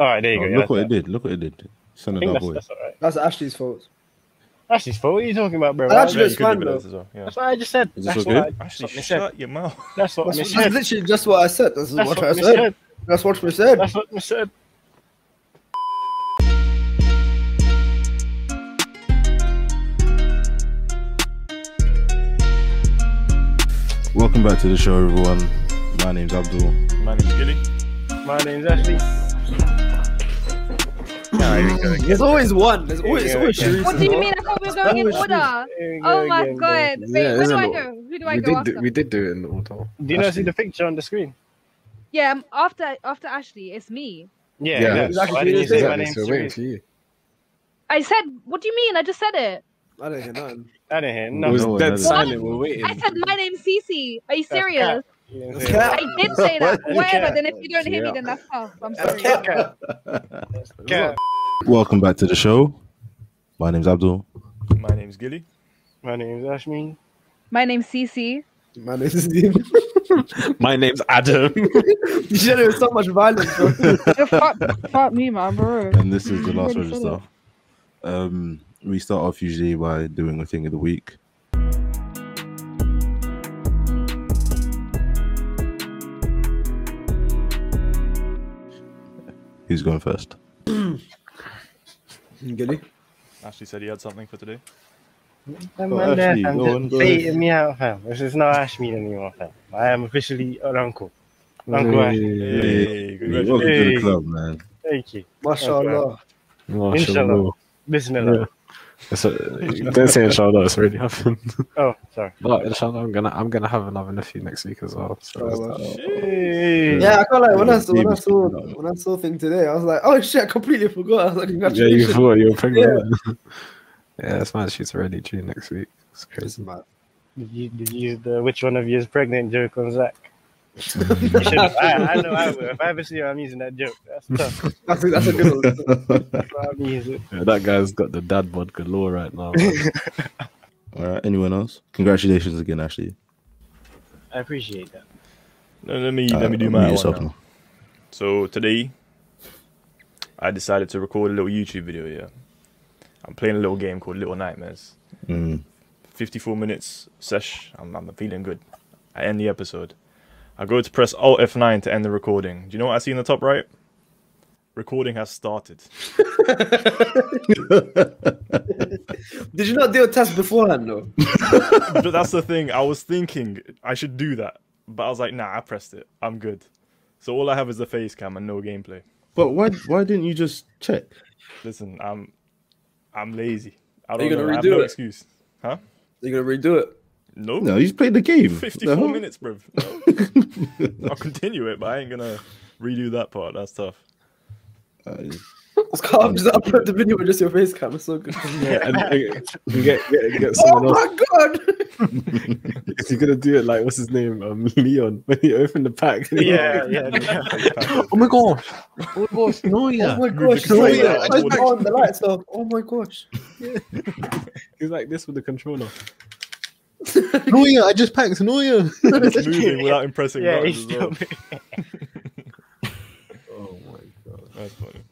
All right, there you Oh, go. Yeah, look what it that's- did. Look what it did. Son I of think our that's, boy. that's all right. That's Ashley's fault. That's his fault. What are you talking about, bro? I actually That's- looks fine, though. as well. Yeah. That's what I just said. Is this That's what all good? I- that's Actually, what I said. shut your mouth. That's what That's, I that's said. literally just what I said. That's, That's what, what I I said. said. That's what I said. That's what I said. Welcome back to the show, everyone. My name's Abdul. My name's Gilly. My name's Ashley. There's always one. There's always, it's Yeah, always yeah. Sharice. What do you mean? I thought we were going in Spanish order. There we go Oh my again, bro. god. Wait, Yeah, who do isn't I it? go? Who do I We go did, do, after? we did do it in the order. Do you not see Ashley. the picture on the screen? Yeah, um, after after Ashley, it's me. Yeah, Yeah, that's- exactly. Why didn't you say my Exactly, name's so we're waiting Therese? for you. I said, what do you mean? I just said it. I don't hear nothing. I didn't hear It It nothing. was No, dead that is- silent. We're waiting. I said my name's Cece. Are you That's serious? You didn't That's say cat. I did say that. You Whatever. can't. Then if you don't hear me, then that's tough. I'm sorry. that. Cat. Cat. Welcome back to the show. My name's Abdul. My name's Gilly. My name's Ashmin. My name's Cece. Man, this is you. My name's Adam. You said it was so much violence. Bro. fuck, fuck me, man, bro. And this is the You last already said register. Um, we start off usually by doing a thing of the week. Who's going first? Gilly. Ashley said he had something for today. That Go man there, Ashley, fam, go just on, go baiting me out, fam. This is not Ashmin anymore, fam. I am officially an uncle. Uncle Ash. Hey, Welcome congratulations. to Hey. the club, man. Thank you. MashaAllah. Inshallah. Bismillah. Oh, It's a- Don't say inshallah. It's already happened. Oh, sorry. But inshallah, I'm gonna I'm gonna have another nephew next week as well. So it's- Inshallah. Hey. Yeah, I can't lie. When I saw, when I Baby's saw, coming up. when I saw thing today, I was like, oh shit, I completely forgot. I was like, yeah, you congratulations. thought you were pregnant. Yeah, it's mad. She's already due next week. It's crazy. Did you, did you use the which one of you is pregnant joke on Zach? You should have. I, I know I will. If I ever see you, I'm using that joke. That's tough. I think that's a good one. That's why I'm using it. Yeah, that guy's got the dad bod galore right now. man. All right, anyone else? Congratulations again, Ashley. I appreciate that. No, let me Uh, let me do mute my one yourself now. now. So today, I decided to record a little YouTube video. Yeah, I'm playing a little game called Little Nightmares. Mm. 54 minutes sesh. I'm, I'm feeling good. I end the episode. I go to press Alt F9 to end the recording. Do you know what I see in the top right? Recording has started. Did you not do a test beforehand though? but that's the thing. I was thinking I should do that, but I was like, nah, I pressed it. I'm good. So all I have is the face cam and no gameplay. But why? Why didn't you just check? Listen, I'm I'm lazy. I you don't gonna know. I have redo no it? excuse. Huh? You're gonna redo it. No. No, you just played the game. What the 54 hell? minutes, bruv. No. I'll continue it, but I ain't gonna redo that part. That's tough. Uh, Just calm, just upload the video with just your face cam. It's so good. yeah, and, and get, get, get oh someone else. my god! If you're gonna do it like what's his name? Um, Leon. When he opened the pack. Yeah, yeah. yeah. Oh my gosh. Oh my gosh. No, Oh my Move the gosh! Oh, controller. yeah. I Turn bought it. on the lights off. Oh my gosh! He's like this with the controller. Noya, I just packed Noya. It's moving without impressing. Yeah, buttons he's as still. well. oh my god. That's funny.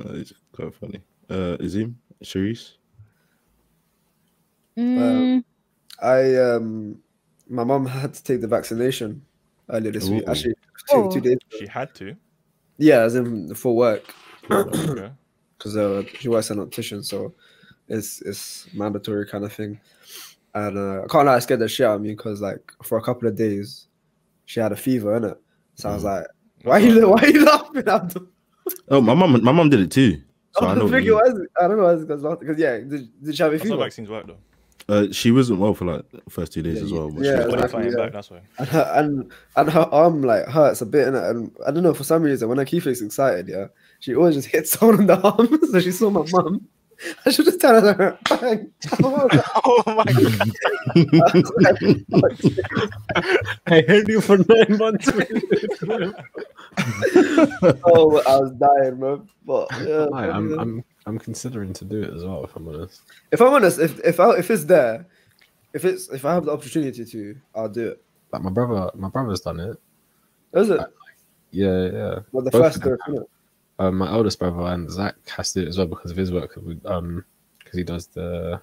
Uh, it's quite funny. Uh, Azim, Sharice. Mm, I um, my mum had to take the vaccination earlier this week. Ooh. Actually, Oh. two, two days. She had to. Yeah, as in for work Okay. because uh, she works as an optician, so it's it's mandatory kind of thing. And uh, I can't lie, I scared the shit out of me because like for a couple of days, she had a fever, innit? So I was Mm. like, why are you why are you laughing? Abdul? Oh, my mom. My mom did it too. So I know. don't what you think it mean. was. I don't know. Because because yeah, did, did she have a That's how fever? vaccines work, though. Uh, she wasn't well for like the first two days Yeah, as you- well. but she yeah, was She's fine. exactly, qualifying yeah. back. That's why. and her and and her arm like hurts a bit, innit? and I don't know for some reason when Akifa's excited, yeah, she always just hits someone on the arm. so she saw my mum. I should just tell her. Bang. Oh my god. I was like, I held you for nine months. oh, I was dying, bro. But yeah, I'm, I'm, I'm considering to do it as well, if I'm honest. if I'm honest, if if I, if it's there, if it's if I have the opportunity to, I'll do it. Like my brother, my brother's done it. Is it? Yeah, yeah. Well, the Both first of them dose, innit? uh, my eldest brother and Zach has to do it as well because of his work. with, Um, because he does the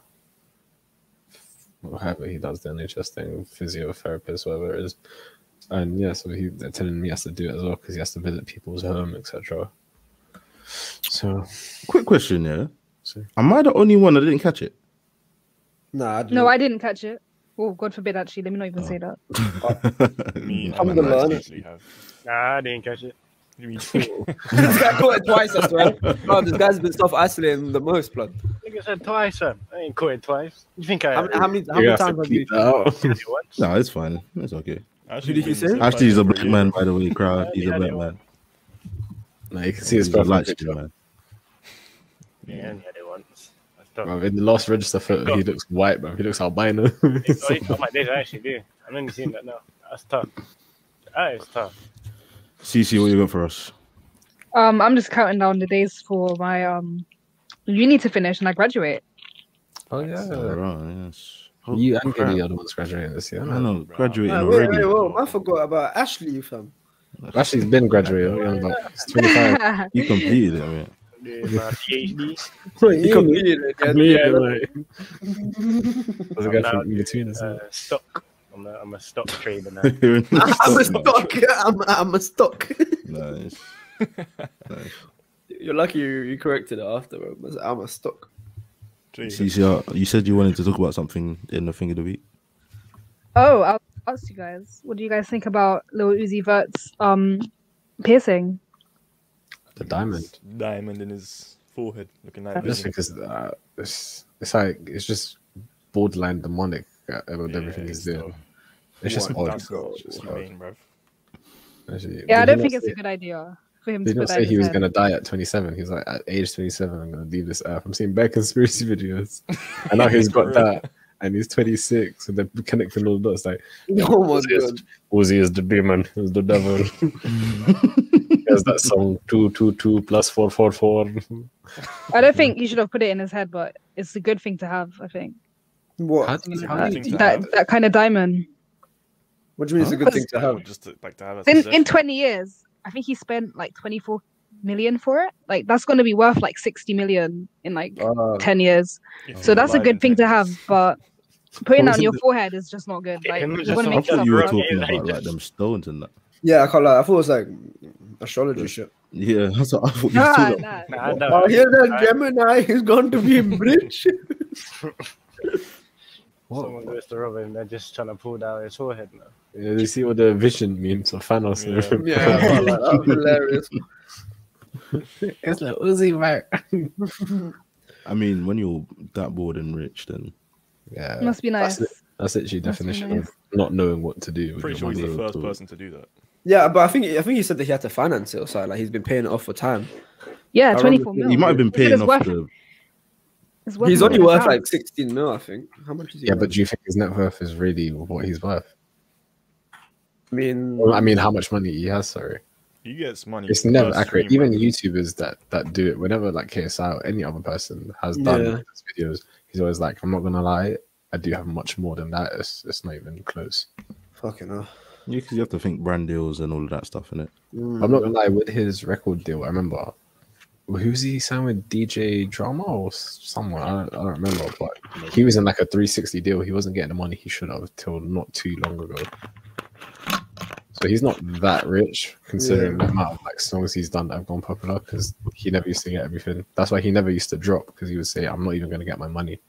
whatever he does the NHS thing, physiotherapist, whatever it is. And yeah, so he they're telling me he has to do it as well because he has to visit people's home, etc. So Quick question, yeah. Sure. Am I the only one that didn't catch it? Nah, I No, I didn't catch it. Oh, God forbid, actually. Let me not even say that. Me, Nah, and I'm the my nah, guys learner. usually have. Nah, I didn't catch it. You mean- this guy caught it twice, I swear. Bro, this guy's been self isolating the most, blood. Nigga said twice, fam. I ain't caught it twice. You think I How, many- how many, how You many have to times have bleep you? that out. did it once? No, it's fine. It's okay. Actually, did you been say? certified Actually, he's a for black years. man, by the way. Crowd, he's Yeah, a I black know. man. no, you can see He's his a brother light picture. skinned man. Yeah, I only had it once. I stopped. Bro, in the last register photo, he looks white, bro. He looks albino. It's not- it's not Oh, my days, I actually do. I'm only seeing that now. That's tough. That is tough. CC, what you got for us? Um, I'm just counting down the days for my um uni to finish and I graduate. oh All yeah, right, yes. Oh, you and crap. Kenny are the ones graduating this year. I know, graduating Nah, wait, already. wait, whoa, I forgot about Ashley, fam. Actually, he's been graduating. you know, like, he's 25. You completed it, man. Yeah, my PhD. You completed it, yeah. yeah, like. There's a guy Nah, from in between us. Uh, stock. I'm a, I'm a stock trader now. I'm a stock. I'm, I'm a stock. nice. You're lucky you, you corrected it after, bro. But I'm a stock. Jesus. CC, you said you wanted to talk about something in the thing of the week. Oh, I'll ask you guys. What do you guys think about Lil Uzi Vert's um piercing? the diamond. Diamond in his forehead, looking like Just vision. because uh, it's it's like it's just borderline demonic uh, with Yeah, everything he's it's doing. dope. It's just odd. That's just lame, bruv. Actually, Yeah, I don't did he not think it's say- a good idea for him to Did put not that. say in he his was head. gonna die at 27. He's like, at age 27, I'm gonna leave this earth. I'm seeing bad conspiracy videos, and now he's got that, and he's 26, and they're connecting all the dots. Like, Oh my Yes. god. Uzi is the demon, is the devil. There's that song two two two plus four four four. I don't think he should have put it in his head, but it's a good thing to have. I think What? Uh, thing to that have. that kind of diamond. What do you mean it's a good thing to have? Just to, like to have as In possession. in twenty years, I think he spent like twenty four million for it. Like that's gonna be worth like sixty million in like Oh. Uh, ten years. If So you're that's a alive in good thing to 10 have, years. but putting it on Wasn't your the- forehead is just not good. Yeah, Like it was you just want to some- I make thought yourself you were look- talking Yeah, about like like them stones and that. yeah, I can't lie. I thought it was like astrology shit. Yeah, that's what I thought you were Nah, talking about. nah. Nah, I Oh, don't. here's that I- Gemini. He's going to be rich. Someone goes to rob him, they're just trying to pull down his forehead now. Yeah, you see what the vision means of Thanos. and Yeah. everything. yeah, I can't lie, that was hilarious. it's like Uzi, right? I mean, when you're that bored and rich, then Yeah, Must be nice. That's, it. that's literally Must be definition nice. of not knowing what to do. With Pretty sure your he's money the or first to- person to do that. Yeah, but I think I think he said that he had to finance it or something. Like he's been paying it off for time. Yeah, remember twenty four thinking million. you might have been He said paying it's off worth- the. it's worth he's more only than worth that. like sixteen mil, I think. How much is he? Yeah, worth? but do you think his net worth is really what he's worth? I mean, Or, I mean, how much money he has? Sorry, He gets money. it's never first accurate. stream, Even bruv. YouTubers that that do it, whenever like KSI or any other person has done Yeah. these videos, he's always like, "I'm not gonna lie, I do have much more than that. It's it's not even close." fucking hell. Yeah, because you have to think brand deals and all of that stuff in it. Um, I'm not gonna lie, with his record deal, I remember who's he signed with DJ Drama or s- someone? I don't, I don't remember, but he was in like a 360 deal. He wasn't getting the money he should have till not too long ago. So he's not that rich considering the amount of like songs he's done that have gone popular because he never used to get everything. That's why he never used to drop because he would say, "I'm not even gonna get my money."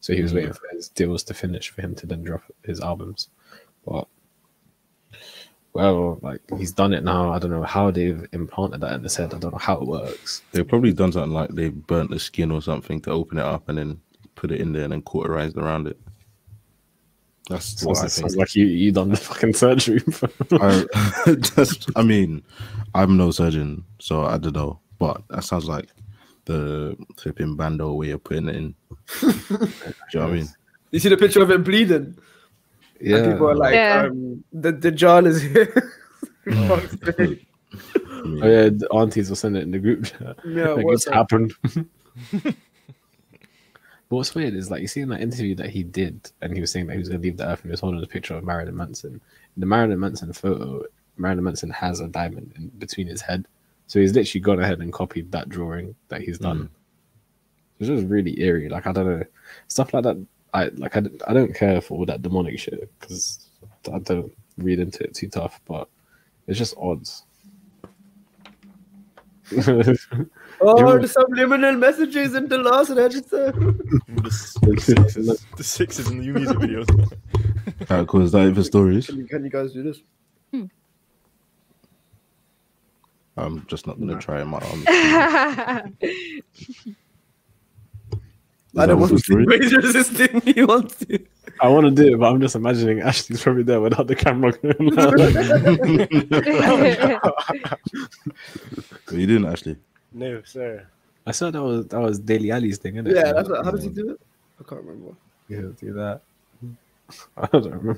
So he was Mhm. waiting for his deals to finish for him to then drop his albums. But well, like he's done it now. I don't know how they've implanted that in his head. I don't know how it works. They've probably done something like they burnt the skin or something to open it up and then put it in there and then cauterized around it. That's what I Sounds, sounds think. like you you done the fucking surgery. bro. I, just, I mean, I'm no surgeon, so I don't know. But that sounds like the flipping bando way of putting it in. Do you know what I mean? You see the picture of him bleeding, and people are like, Yeah. um, "The the John is here." Fuck's sake. I mean, oh yeah, the aunties will send it in the group. chat. yeah, like what's it's up? happened. But What's weird is like you see in that interview that he did, and he was saying that he was gonna leave the earth, and he was holding a picture of Marilyn Manson. In the Marilyn Manson photo, Marilyn Manson has a diamond in between his head, So he's literally gone ahead and copied that drawing that he's done. It's just really eerie. Like I don't know stuff like that. I like I, d- I don't care for all that demonic shit because I don't read into it too tough. But it's just odds. Oh, You're- the subliminal messages in the last register. The, s- the sixes, the sixes in the new music videos. man. Alright, cool. Is that it for stories? Can you, can you guys do this? I'm just not gonna try my arms. I don't that want what's the to. story? Wait, you're resisting me. You want to? I want to do it, but I'm just imagining Ashley's probably there without the camera. Going on. What are you doing, Ashley? No, sir. I saw that was that was Daily Alley's thing, isn't it? Yeah, that's what, how does he do it? I can't remember. Yeah, do that. I don't hmm.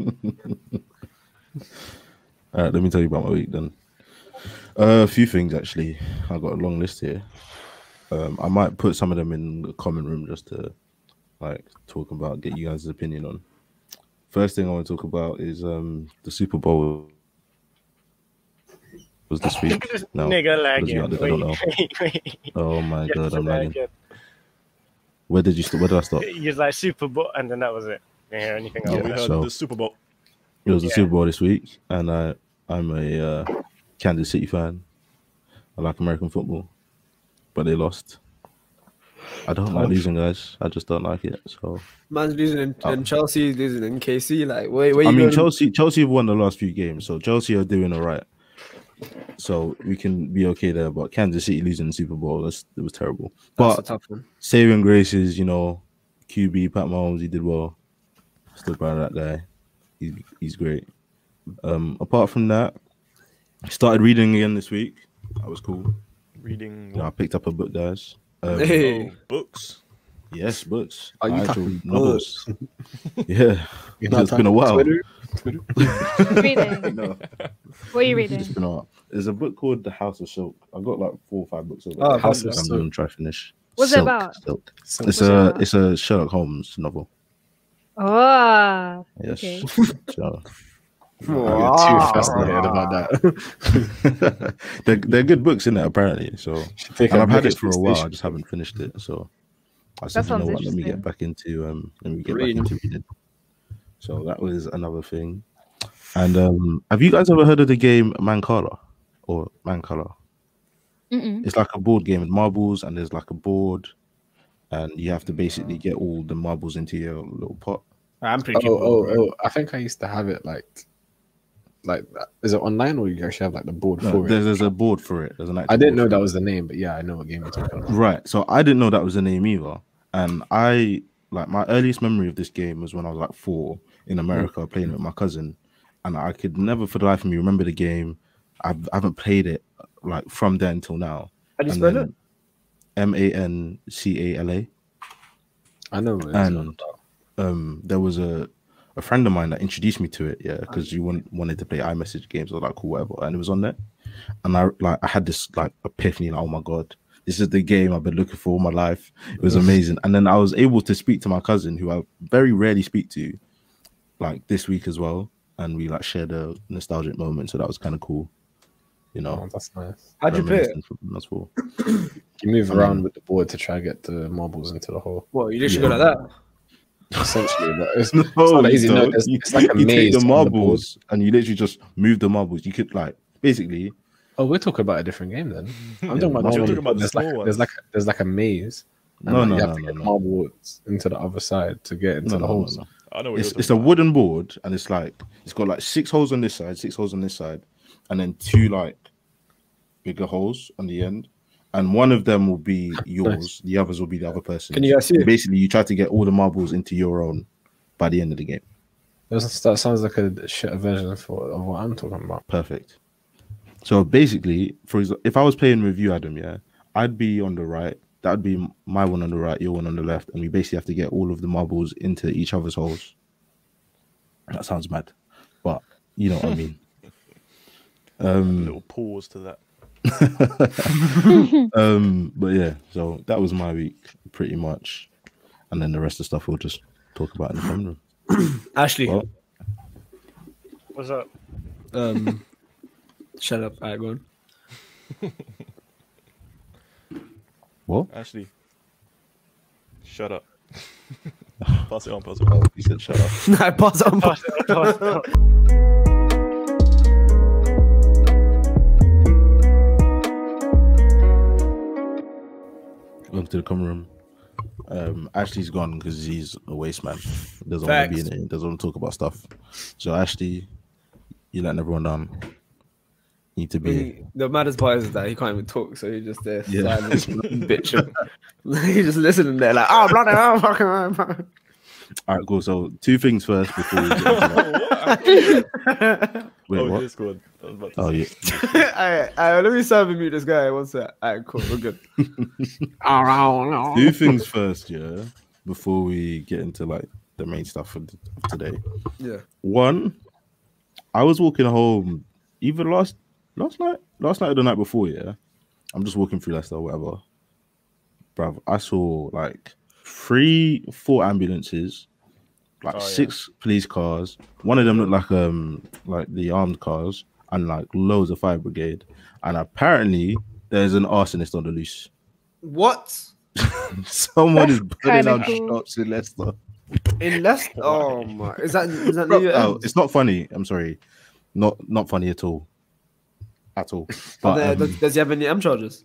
remember. Alright, Uh, let me tell you about my week then. Uh, a few things actually. I got a long list here. Um, I might put some of them in the comment room just to like talk about, get you guys' opinion on. First thing I want to talk about is um the Super Bowl was this week. No, Nigga was lagging. the other- I don't know. Wait, wait, wait. Oh You my have to god, say I'm that lagging. again. Where did you? St- where did I stop? He was like Super Bowl, and then that was it. Didn't hear anything Yeah, else. Oh, we heard so- the Super Bowl. It was the Yeah. Super Bowl this week, and I I'm a uh, Kansas City fan. I like American football, but they lost. I don't like losing, guys. I just don't like it. So Man's losing in, Oh. in Chelsea, losing in KC. Like, wait, wait. I mean, Chelsea Chelsea have won the last few games, so Chelsea are doing all right. So we can be okay there, but Kansas City losing the Super Bowl, that's it was terrible. That's a But tough one. saving grace is, you know, QB Pat Mahomes. He did well. Stood by that guy. He's he's great. Um, apart from that, I started reading again this week. That was cool. Reading You know, I picked up a book, guys. Um, Hey, oh, books. Yes, books. Are you Actual talking novels. yeah, it's been a while. reading. No, What are you it's reading? been a while. There's a book called The House of Silk. I've got like four or five books. Over Oh, there. House of I'm Silk. gonna try to finish. What's it Silk, about? Silk. So, It's What's it a about? it's a Sherlock Holmes novel. Oh, Yes. Okay. So- you're too fascinated about that. they're, they're good books in it apparently. So Should take and out I've had British it for a while. I station. just haven't finished it. So I said, That you know sounds what? Let me interesting. get back into um. Let me get Reading. back into reading. So that was another thing. And um, have you guys ever heard of the game Mancala or Mancala? Mm-mm. It's like a board game with marbles, and there's like a board, and you have to basically get all the marbles into your little pot. I'm pretty Oh, oh, oh! I think I used to have it like, like that. is it online or you actually have like the board No, for it? there's, there's a board for it. There's an I actual board didn't know for that was the name, but yeah, I know what game you're talking it. about. Right. So I didn't know that was the name either. And I like my earliest memory of this game was when I was like four in America Mm. playing with my cousin, and I could never for the life of me remember the game. I've, I haven't played it like from then until now. How do you spell it? M A N C A L A. I know. What it's and um, there was a a friend of mine that introduced me to it, yeah, because you want, wanted to play iMessage games or like cool whatever, and it was on there, and I like I had this like epiphany, like oh my god, this is the game I've been looking for all my life. It was amazing, and then I was able to speak to my cousin, who I very rarely speak to, like this week as well, and we like shared a nostalgic moment, so that was kind of cool, you Oh, know. that's nice. How'd you play it? reminiscent from- That's cool. You move I around mean- with the board to try and get the marbles into the hole. Well, you literally Yeah. go like that. Essentially, but it's, No, it's not easy. No, don't. it's, you, it's like a you take maze. the on board. marbles and you literally just move the marbles. You could like basically oh, we're talking about a different game then. I'm Yeah, talking you're about, the one talking about the there's, small like, ones. there's like there's like a maze. and, No, like, no, you have no, to no, get no. marbles into the other side to get into no, the no, no, holes. no. I know what It's you're it's a talking wooden board and it's like it's got like six holes on this side, six holes on this side, and then two like bigger holes on the end. And one of them will be yours, the others will be the other person. Can you guys see it? Basically, you try to get all the marbles into your own by the end of the game. That's- That sounds like a shitter version for of what I'm talking about. Perfect. So basically, for example, if I was playing with you, Adam, yeah, I'd be on the right. That would be my one on the right, your one on the left, and we basically have to get all of the marbles into each other's holes. That sounds mad, but you know what I mean. about. Um, Little pause to that. um, but yeah, so that was my week pretty much, and then the rest of the stuff we'll just talk about in the phone room. Ashley, Well, What's up? Um, Shut up, I go on. What? Actually, shut up. pass it on, pass it on. He said, "Shut up." I pass on. Pass it on, pass it on. Welcome to the common room. Um, Ashley's gone because he's a waste man. Doesn't want to be Facts. in it. Doesn't want to talk about stuff. So Ashley, you're letting everyone down. You need to be. here. He- The maddest part is that he can't even talk, so he's just there, Yeah. silent, bitching. he's just listening there, like, oh, bloody hell, fucking hell, fucking All right, cool. So two things first before we get into that. hell." Wait, oh, what? Discord. I was about to Oh say. yeah. Alright, alright, let me serve and mute this guy. What's that? Alright, cool, we're good. Two things first, yeah. Before we get into like the main stuff of of today. Yeah. One, I was walking home either last last night, last night or the night before. Yeah, I'm just walking through Leicester, whatever. Bruv, I saw like three, four ambulances, like Oh, yeah. six police cars. One of them looked like um like the armed cars, and like loads of fire brigade. And apparently, there's an arsonist on the loose. What? Someone is burning kinda down cool. shops in Leicester. Unless, oh my, is that is that Bro, New oh, Year's? it's not funny. I'm sorry, not not funny at all, at all. But, But um, does he have any M charges?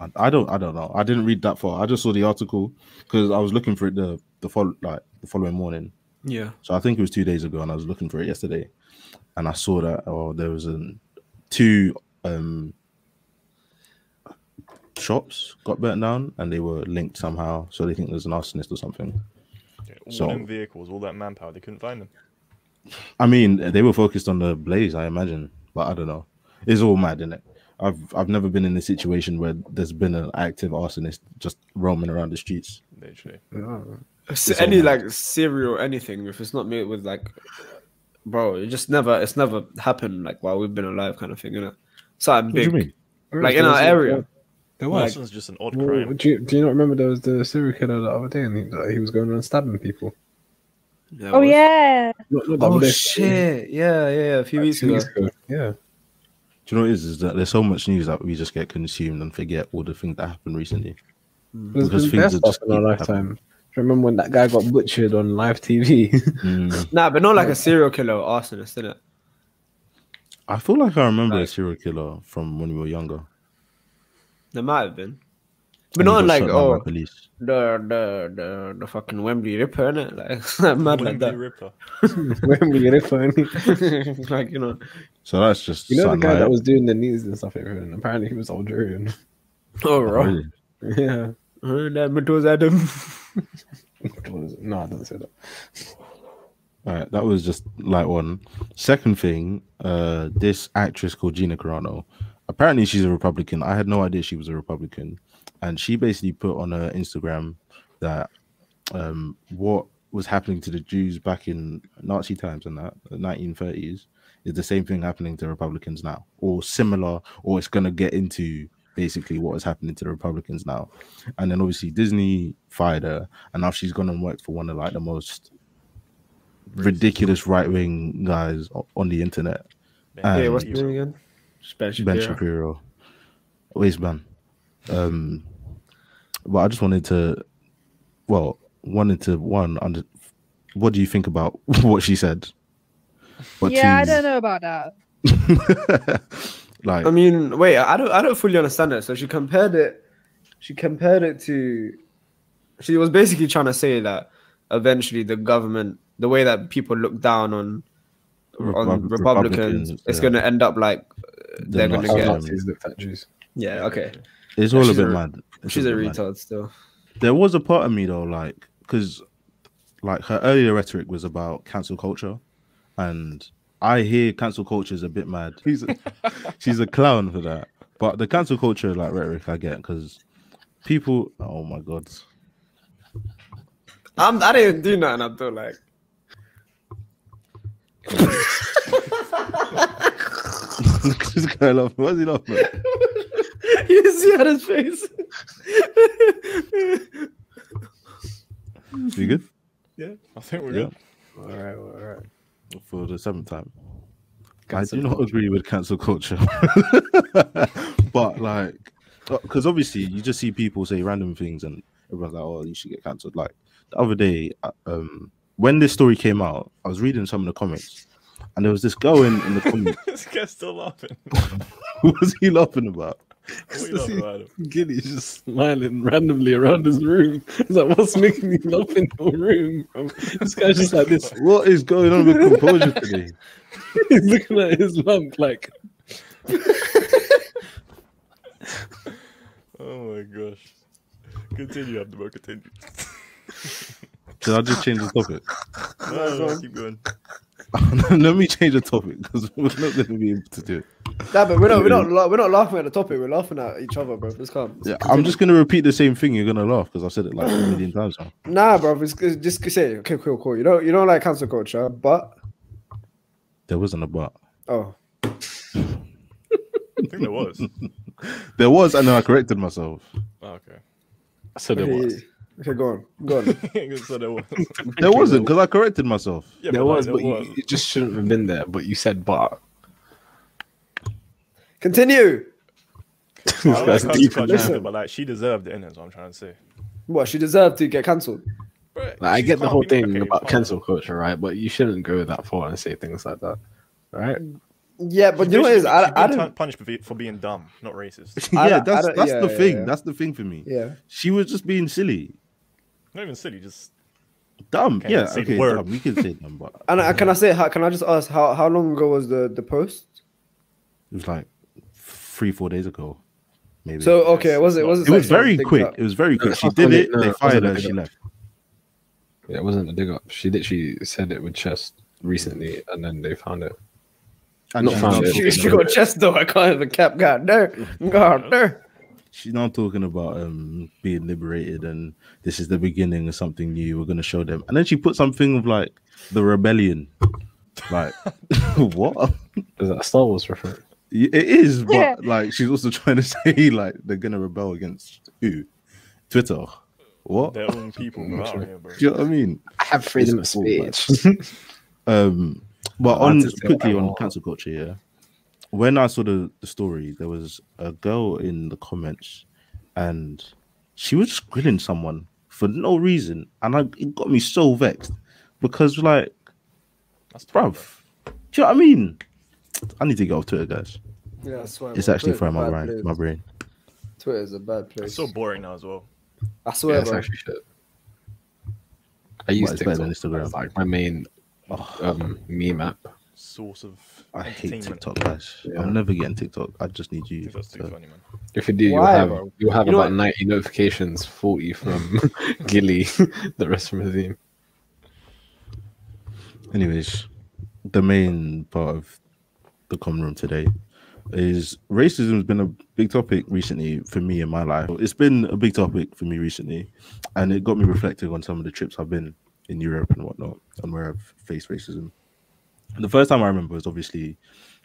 I- I don't, I don't know. I didn't read that far. I just saw the article because I was looking for it the the follow like the following morning. Yeah. So I think it was two days ago, and I was looking for it yesterday, and I saw that oh there was an two um shops got burnt down, and they were linked somehow. So they think there's an arsonist or something. Yeah, all So- them vehicles, all that manpower, they couldn't find them. I mean, they were focused on the blaze, I imagine, but I don't know. It's all mad, innit? I've I've never been in a situation where there's been an active arsonist just roaming around the streets. Literally. So It's any all like cereal, anything, if it's not made with like, bro, it just never, it's never happened like while we've been alive, kind of thing, innit? Something big, like in our area. There Well, was. this is just an odd Well, crime. do, you, do you not remember there was the serial killer the other day and he, like, he was going around stabbing people? Yeah, Oh it was- yeah. Not, not the other Oh day, shit! Yeah, yeah, yeah. A few like, weeks two ago. weeks ago. Yeah. Do you know what it is? Is that there's so much news that we just get consumed and forget all the things that happened recently. There's Mm. Because been things best are stuff just in our keep lifetime. Do you remember when that guy got butchered on live TV? Mm. Nah, but not like a serial killer or arsonist, innit? I feel like I remember a Like- serial killer from when we were younger. There might have been, And he but not got like shot down by oh police. the the the the fucking Wembley Ripper, innit? Like mad like Wembley that. Ripper. when we get it funny. like you know. So that's just You know the something guy like- that was doing the knees and stuff, everything? Apparently he was Algerian. Oh, Oh, right. really? yeah. Uh, that Mentos Adam. What was it? No, I don't say that. All right, that was just like one. Second thing, uh, this actress called Gina Carano, apparently she's a Republican. I had no idea she was a Republican, and she basically put on her Instagram that um, what was happening to the Jews back in Nazi times and that the 1930s is the same thing happening to Republicans now, or similar, or it's gonna get into basically what is happening to the Republicans now. And then obviously Disney fired her, and now she's gone and worked for one of like the most ridiculous right wing guys o- on the internet. Um, yeah, what's you- the name again? Ben Ben Shapiro. Shapiro, always ban. Um, but I just wanted to, well, wanted to one under. What do you think about what she said? But yeah, I two, don't know about that. like I mean, wait, I don't, I don't fully understand it. So she compared it, she compared it to, she was basically trying to say that eventually the government, the way that people look down on on Repub- Republicans, Republicans, it's yeah. going to end up like uh, they're going to Nazis. get. Nazis. Nazis looked at Jews. Yeah, okay. it's all a she's bit a- mad. It's She's a bit mad. retard still. There was a part of me though, like because like her earlier rhetoric was about cancel culture, and I hear cancel culture is a bit mad. She's a, she's a clown for that. But the cancel culture like rhetoric I get because people. Oh my god. I'm, I didn't do nothing. I feel like. this guy laughing. Why is he laughing? at? you see on his face. You good? Yeah, I think we're Yeah. good. All right, all right. for the seventh time. Cancel I do not culture. agree with cancel culture, but like, because obviously you just see people say random things and everyone's like, "Oh, you should get cancelled." Like the other day, uh, um, when this story came out, I was reading some of the comments, and there was this girl in, in the comments. this guy's still laughing. what was he laughing about? What are you laughing about? Adam? Giddy's just smiling randomly around his room. He's like, "What's making me laugh in the room?" bro?" This guy's just like this. What is going on with composure today? He's looking at his lump like, Oh my gosh. Continue, Abdul. Continue. Should I just change the topic? No, no, no, Oh, keep going. Let me change the topic because we're not going to be able to do it. Nah, but we're not we're not la- we're not laughing at the topic. We're laughing at each other, bro. Let's calm. Yeah, I'm just going to repeat the same thing. You're going to laugh because I've said it like a million times now. Nah, bro. It's, it's just say okay, cool, cool. You don't you don't like cancel culture, but There wasn't a but. oh, I think there was. There was, and then I corrected myself. Oh, okay. "So there okay, was." okay, go on, go on. so there was. There wasn't because I corrected myself. Yeah, there but like, was, there but was. you, it just shouldn't have been there. But you said, "But." Continue. This I don't like guy's her deep too in much there. Listen. either, but like she deserved it, innit? Is what I'm trying to say. What she deserved to get cancelled. Like, I She get the can't whole be- thing okay, about fine. cancel culture, right? But you shouldn't go that far and say things like that, right? Yeah, but you know what it She's is? I, been I don't. punished for, be- for being dumb, not racist. I yeah, don't- I that's don't- that's yeah, the yeah, thing. yeah. That's the thing for me. Yeah. She was just being silly, Not even silly, just dumb. Can't yeah, say the okay, word. dumb. we can say dumb, but And I, can I say? How, can I just ask how how long ago was the the post? it was like three, four days ago, maybe. So okay, it was it was it was very quick. It was very quick. That's She not did funny. it. No, They it fired wasn't her. like She that. left. Yeah, it wasn't a dig up. She literally said it with chest recently, and then they found it. And Not she's found now it. talking She, she got chest though. I can't even cap. God damn. God damn. She's now talking about um being liberated and this is the beginning of something new. We're gonna show them. And then she put something of like the rebellion. Like what? Is that a Star Wars reference? It is, but Yeah. like she's also trying to say like they're gonna rebel against who? Twitter. What? their own people. bro. I don't know, bro. Do you know what I mean? I have freedom of speech. Um but I on just feel quickly like on more- cancel culture, yeah. When I saw the, the story, there was a girl in the comments and she was just grilling someone for no reason. And I, it got me so vexed because like, That's tough, bruv, do you know what I mean? I need to get off Twitter, guys. Yeah, I swear. It's bro, actually Twitter's frying a my bad brain, place. my brain. Twitter's a bad bro. It's place. so boring now as well. I swear, yeah, it's bro. actually shit. I But use it's TikTok. better than Instagram. It's like my main Oh. um, meme app. Source of I hate entertainment. TikTok, guys. Yeah. I'm never getting TikTok. I just need you. TikTok's too Uh, funny, man. If you do, you'll Why, have bro? you'll have You know about ninety notifications, forty from Gilly, the rest from the team. Anyways, the main part of the common room today is racism has been a big topic recently for me in my life. It's been a big topic for me recently, and it got me reflecting on some of the trips I've been in Europe and whatnot, and where I've faced racism. And the first time I remember was obviously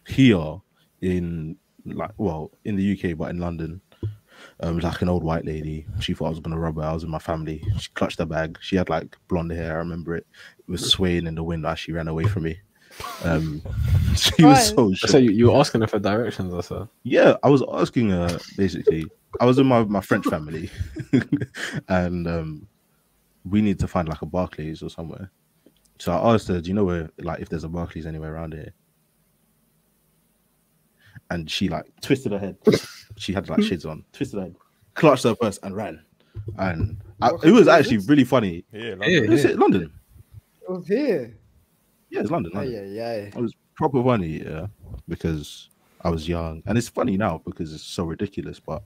here in like well in the UK, but in London. Um, like an old white lady, she thought I was gonna rob her. I was with my family. She clutched her bag. She had like blonde hair. I remember it. It was swaying in the wind as she ran away from me. Um, she was so shook. So you, you were asking her for directions, or so. Yeah, I was asking her basically. I was with my, my French family, and um, we need to find like a Barclays or somewhere. So I asked her, "Do you know where like if there's a Barclays anywhere around here?" And she like twisted her head. She had like shades on, twisted her head, clutched her purse, and ran. And I, it was actually really funny. Yeah, like, Yeah, Is yeah. it London? It was here. Yeah, it's London. London. yeah, yeah. It was proper funny, yeah, because I was young, and it's funny now because it's so ridiculous. But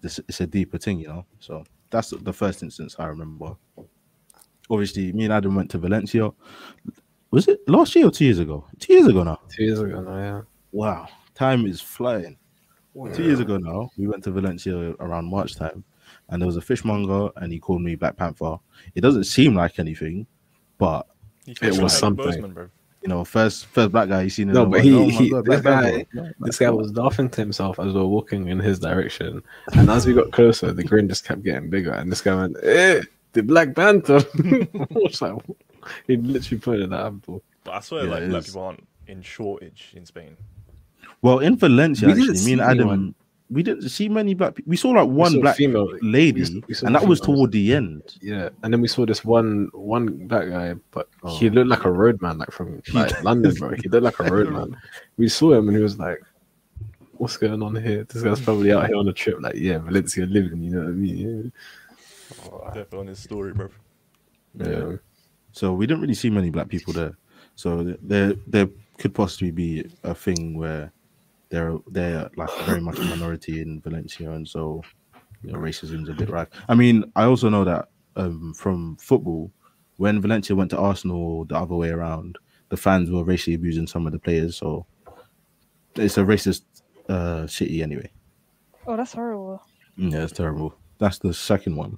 this it's a deeper thing, you know. So that's the first instance I remember. Obviously, me and Adam went to Valencia. Was it last year or two years ago? Two years ago now. Two years ago now, yeah. Wow, time is flying. Two years ago now, we went to Valencia around March time, and there was a fishmonger, and he called me Black Panther. It doesn't seem like anything, but he could've was been something. Bozeman, bro. you know, first first black guy you seen. in No, the world, but he- oh my he- God, this Black Panther." This guy was laughing to himself as we were walking in his direction. And as we got closer, the grin just kept getting bigger. And this guy went, eh, the Black Panther. I was like, he literally pointed at Abdul. But I swear, Yeah, like it black is. people aren't in shortage in Spain. Well, in Valencia, We didn't actually, me and see Adam, anyone. we didn't see many black people. We saw like one saw black female- lady, we- we saw and that was females. toward the end. Yeah, and then we saw this one one black guy, but Oh. he looked like a roadman, like from like, London, bro. He looked like a roadman. We saw him and he was like, "What's going on here? This guy's probably out here on a trip." Like, yeah, Valencia living, you know what I mean? Definitely on this story, bro. Yeah, yeah. So we didn't really see many black people there. So th- there, there could possibly be a thing where they're they're like very much a minority in Valencia, and so you know, racism's a bit rife. I mean, I also know that um, from football, when Valencia went to Arsenal the other way around, the fans were racially abusing some of the players. So it's a racist uh, city anyway. Oh, that's horrible. Yeah, it's terrible. That's the second one.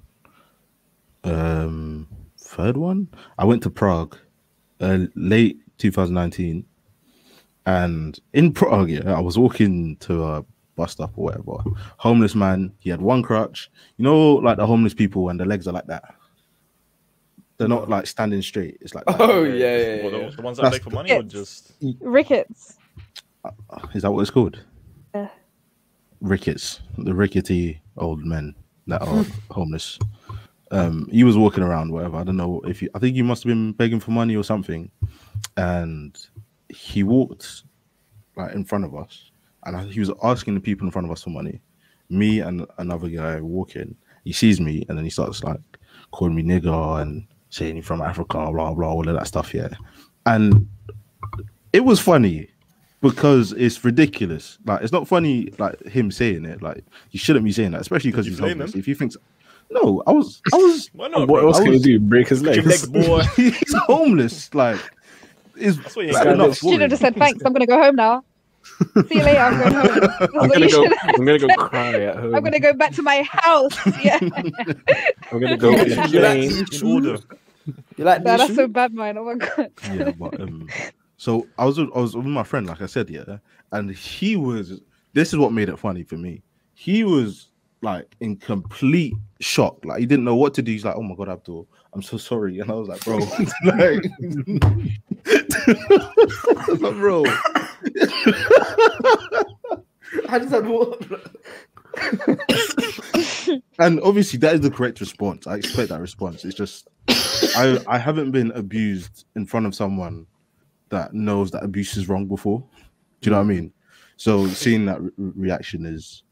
Um, third one. I went to Prague, uh, late 2019, and in Prague, yeah, I was walking to a bus stop or whatever. Homeless man. He had one crutch. You know, like the homeless people, and the legs are like that. They're not like standing straight. It's like, that. Oh yeah, yeah, yeah, Well, the, yeah. the ones that beg That's for money or the- just Rickets. is that what it's called? Yeah. rickets, the rickety old men that are homeless. Um, he was walking around, whatever. I don't know if you, I think you must have been begging for money or something. And he walked like in front of us, and I, he was asking the people in front of us for money. Me and another guy walking, he sees me, and then he starts like calling me nigger and saying you're from Africa, blah blah, all of that stuff. Yeah, and it was funny because it's ridiculous. Like it's not funny like him saying it. Like you shouldn't be saying that, especially because you he's blame homeless. him? If you think, no, I was, I was, why not? what bro? else I can you was- do? Break his Your legs? leg, boy. he's homeless. Like it's That's what you bad got. enough for Should have him. just said thanks. I'm gonna go home now. See you later. I'm going home. That's I'm what gonna you go. should- I'm gonna go cry at home. I'm gonna go back to my house. Yeah, I'm gonna go complain. in order. You like Nah, that? that's so bad, man. Oh my god. yeah, but um, so I was with- I was with my friend, like I said, yeah, and he was. This is what made it funny for me. He was like in complete shock, like he didn't know what to do. He's like, "Oh my god, Abdul, I'm so sorry," and I was like, "Bro, like, like, bro, How does that work? and obviously that is the correct response. I expect that response. It's just I I haven't been abused in front of someone that knows that abuse is wrong before. Do you know what I mean? So seeing that re- reaction is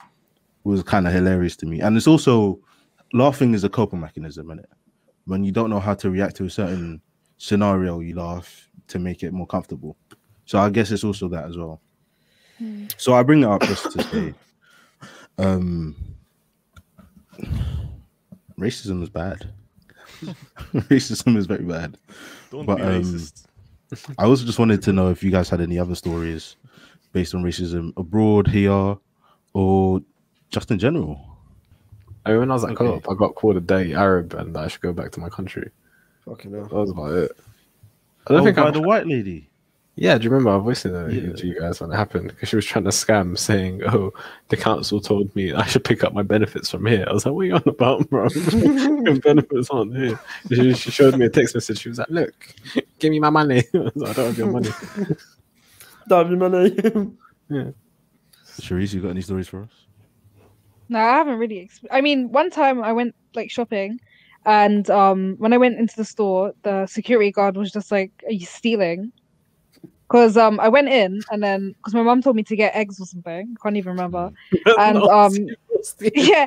was kind of hilarious to me, and it's also laughing is a coping mechanism, is it? When you don't know how to react to a certain scenario, you laugh to make it more comfortable. So I guess it's also that as well. So I bring it up just to say, um, racism is bad. racism is very bad. Don't But, be um, racist. I also just wanted to know if you guys had any other stories based on racism abroad, here, or just in general. I mean, when I was at Okay. co-op, I got called a dirty Arab, and that I should go back to my country. Fucking hell. That was about it. I don't Oh, think by I. the white lady. Yeah, do you remember I voiced it Yeah. to you guys when it happened? Because she was trying to scam, saying, "Oh, the council told me I should pick up my benefits from here." I was like, "What are you on about, bro? Your benefits aren't here." She, she showed me a text message. She was like, "Look, give me my money. I, was like, I don't have your money." Damn you, man. Sharice, you got any stories for us? No, I haven't really. Exp- I mean, one time I went like shopping, and um, when I went into the store, the security guard was just like, "Are you stealing?" Because um, I went in, and then because my mum told me to get eggs or something, can't even remember. And um, yeah,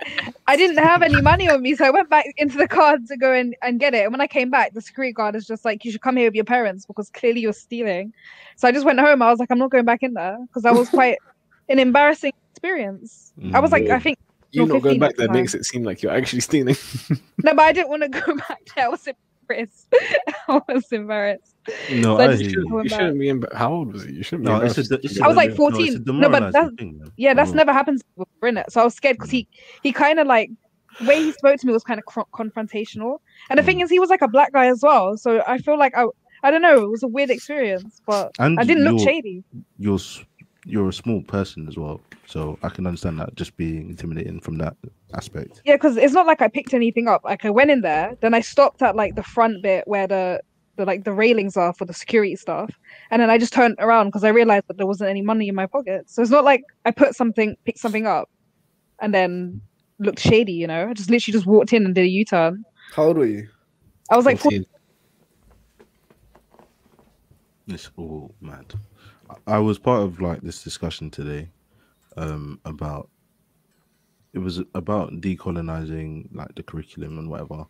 I didn't have any money on me, so I went back into the car to go and, and get it. And when I came back, the security guard is just like, "You should come here with your parents because clearly you're stealing." So I just went home. I was like, "I'm not going back in there," because that was quite an embarrassing experience. I was like, Mm. I think. you you're not 15 going back at the there time. makes it seem like you're actually stealing. No, but I didn't want to go back there. I was embarrassed. I was embarrassed. No, So I I just hear you. shouldn't have Going you shouldn't be. Embar- How old was it? You shouldn't. Be No, it's a, embarrassed. it's a- I was like no, it's a 14. No, but demoralizing that's- thing, man. Yeah, that's Mm. never happened to me before, innit? So I was scared because he, he kind of like, the way he spoke to me was kind of cr- confrontational. And Mm. the thing is, he was like a black guy as well. So I feel like I, I don't know, it was a weird experience, but And I didn't look you're- shady. You're s- you're a small person as well, so I can understand that just being intimidating from that aspect. Yeah, because it's not like I picked anything up. Like I went in there, then I stopped at like the front bit where the the like the railings are for the security stuff. And then I just turned around because I realized that there wasn't any money in my pocket. So it's not like I put something, picked something up, and then looked shady. You know, I just literally just walked in and did a U turn. How old were you? I was like, 14. It's all mad. I- I was part of like this discussion today um, about it was about decolonizing like the curriculum and whatever,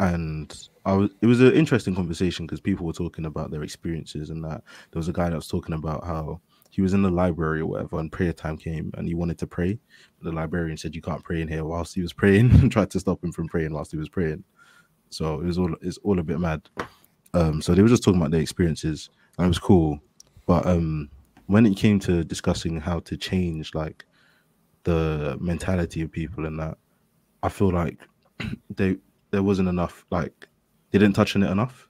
and I was it was an interesting conversation because people were talking about their experiences and that there was a guy that was talking about how he was in the library or whatever and prayer time came and he wanted to pray, but the librarian said you can't pray in here whilst he was praying and tried to stop him from praying whilst he was praying. So it was all it's all a bit mad. Um, so they were just talking about their experiences and it was cool but um when it came to discussing how to change like the mentality of people and that i feel like they there wasn't enough like they didn't touch on it enough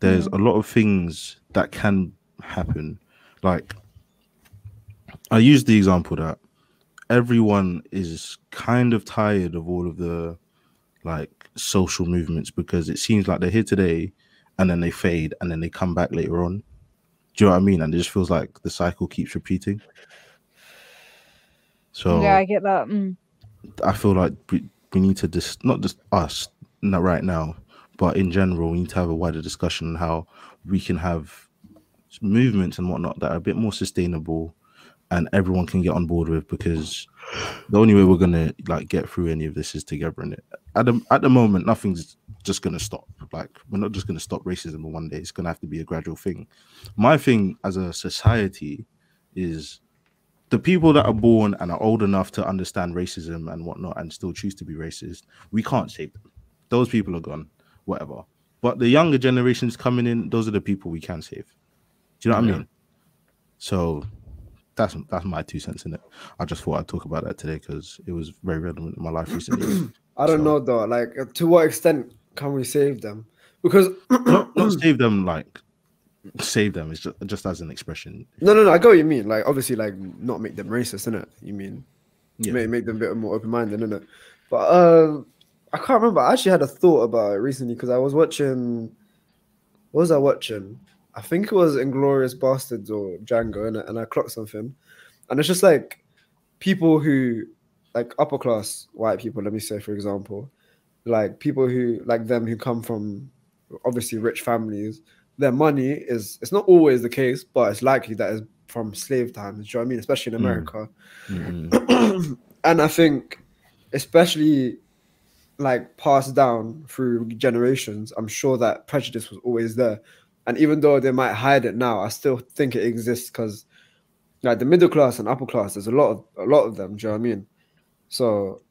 there's a lot of things that can happen like i use the example that everyone is kind of tired of all of the like social movements because it seems like they're here today and then they fade and then they come back later on do you know what I mean? And it just feels like the cycle keeps repeating. So yeah, I get that. Mm. I feel like we, we need to just not just us not right now, but in general, we need to have a wider discussion on how we can have movements and whatnot that are a bit more sustainable and everyone can get on board with because the only way we're gonna like get through any of this is together in it. At the at the moment, nothing's just gonna stop. Like we're not just gonna stop racism in one day. It's gonna have to be a gradual thing. My thing as a society is the people that are born and are old enough to understand racism and whatnot and still choose to be racist, we can't save them. Those people are gone, whatever. But the younger generations coming in, those are the people we can save. Do you know what I mean? So that's that's my two cents in it. I just thought I'd talk about that today because it was very relevant in my life recently. I don't So- know though. Like, uh, to what extent can we save them? Because not, not save them like save them. It's just, just as an expression. no, no, no. I get what you mean. Like, obviously, like not make them racist, innit? You mean Yeah. make make them a bit more open minded, innit? But uh, I can't remember. I actually had a thought about it recently because I was watching. What was I watching? I think it was Inglorious Bastards or Django, innit? And I clocked something, and it's just like people who, like upper class white people. Let me say, for example, like people who like them who come from obviously rich families their money is it's not always the case, but it's likely that it's from slave times. Do you know what I mean? Especially in Mm. America. Mhm. and I think especially like passed down through generations, I'm sure that prejudice was always there. And even though they might hide it now, I still think it exists because like the middle class and upper class, there's a lot of a lot of them, do you know what I mean? So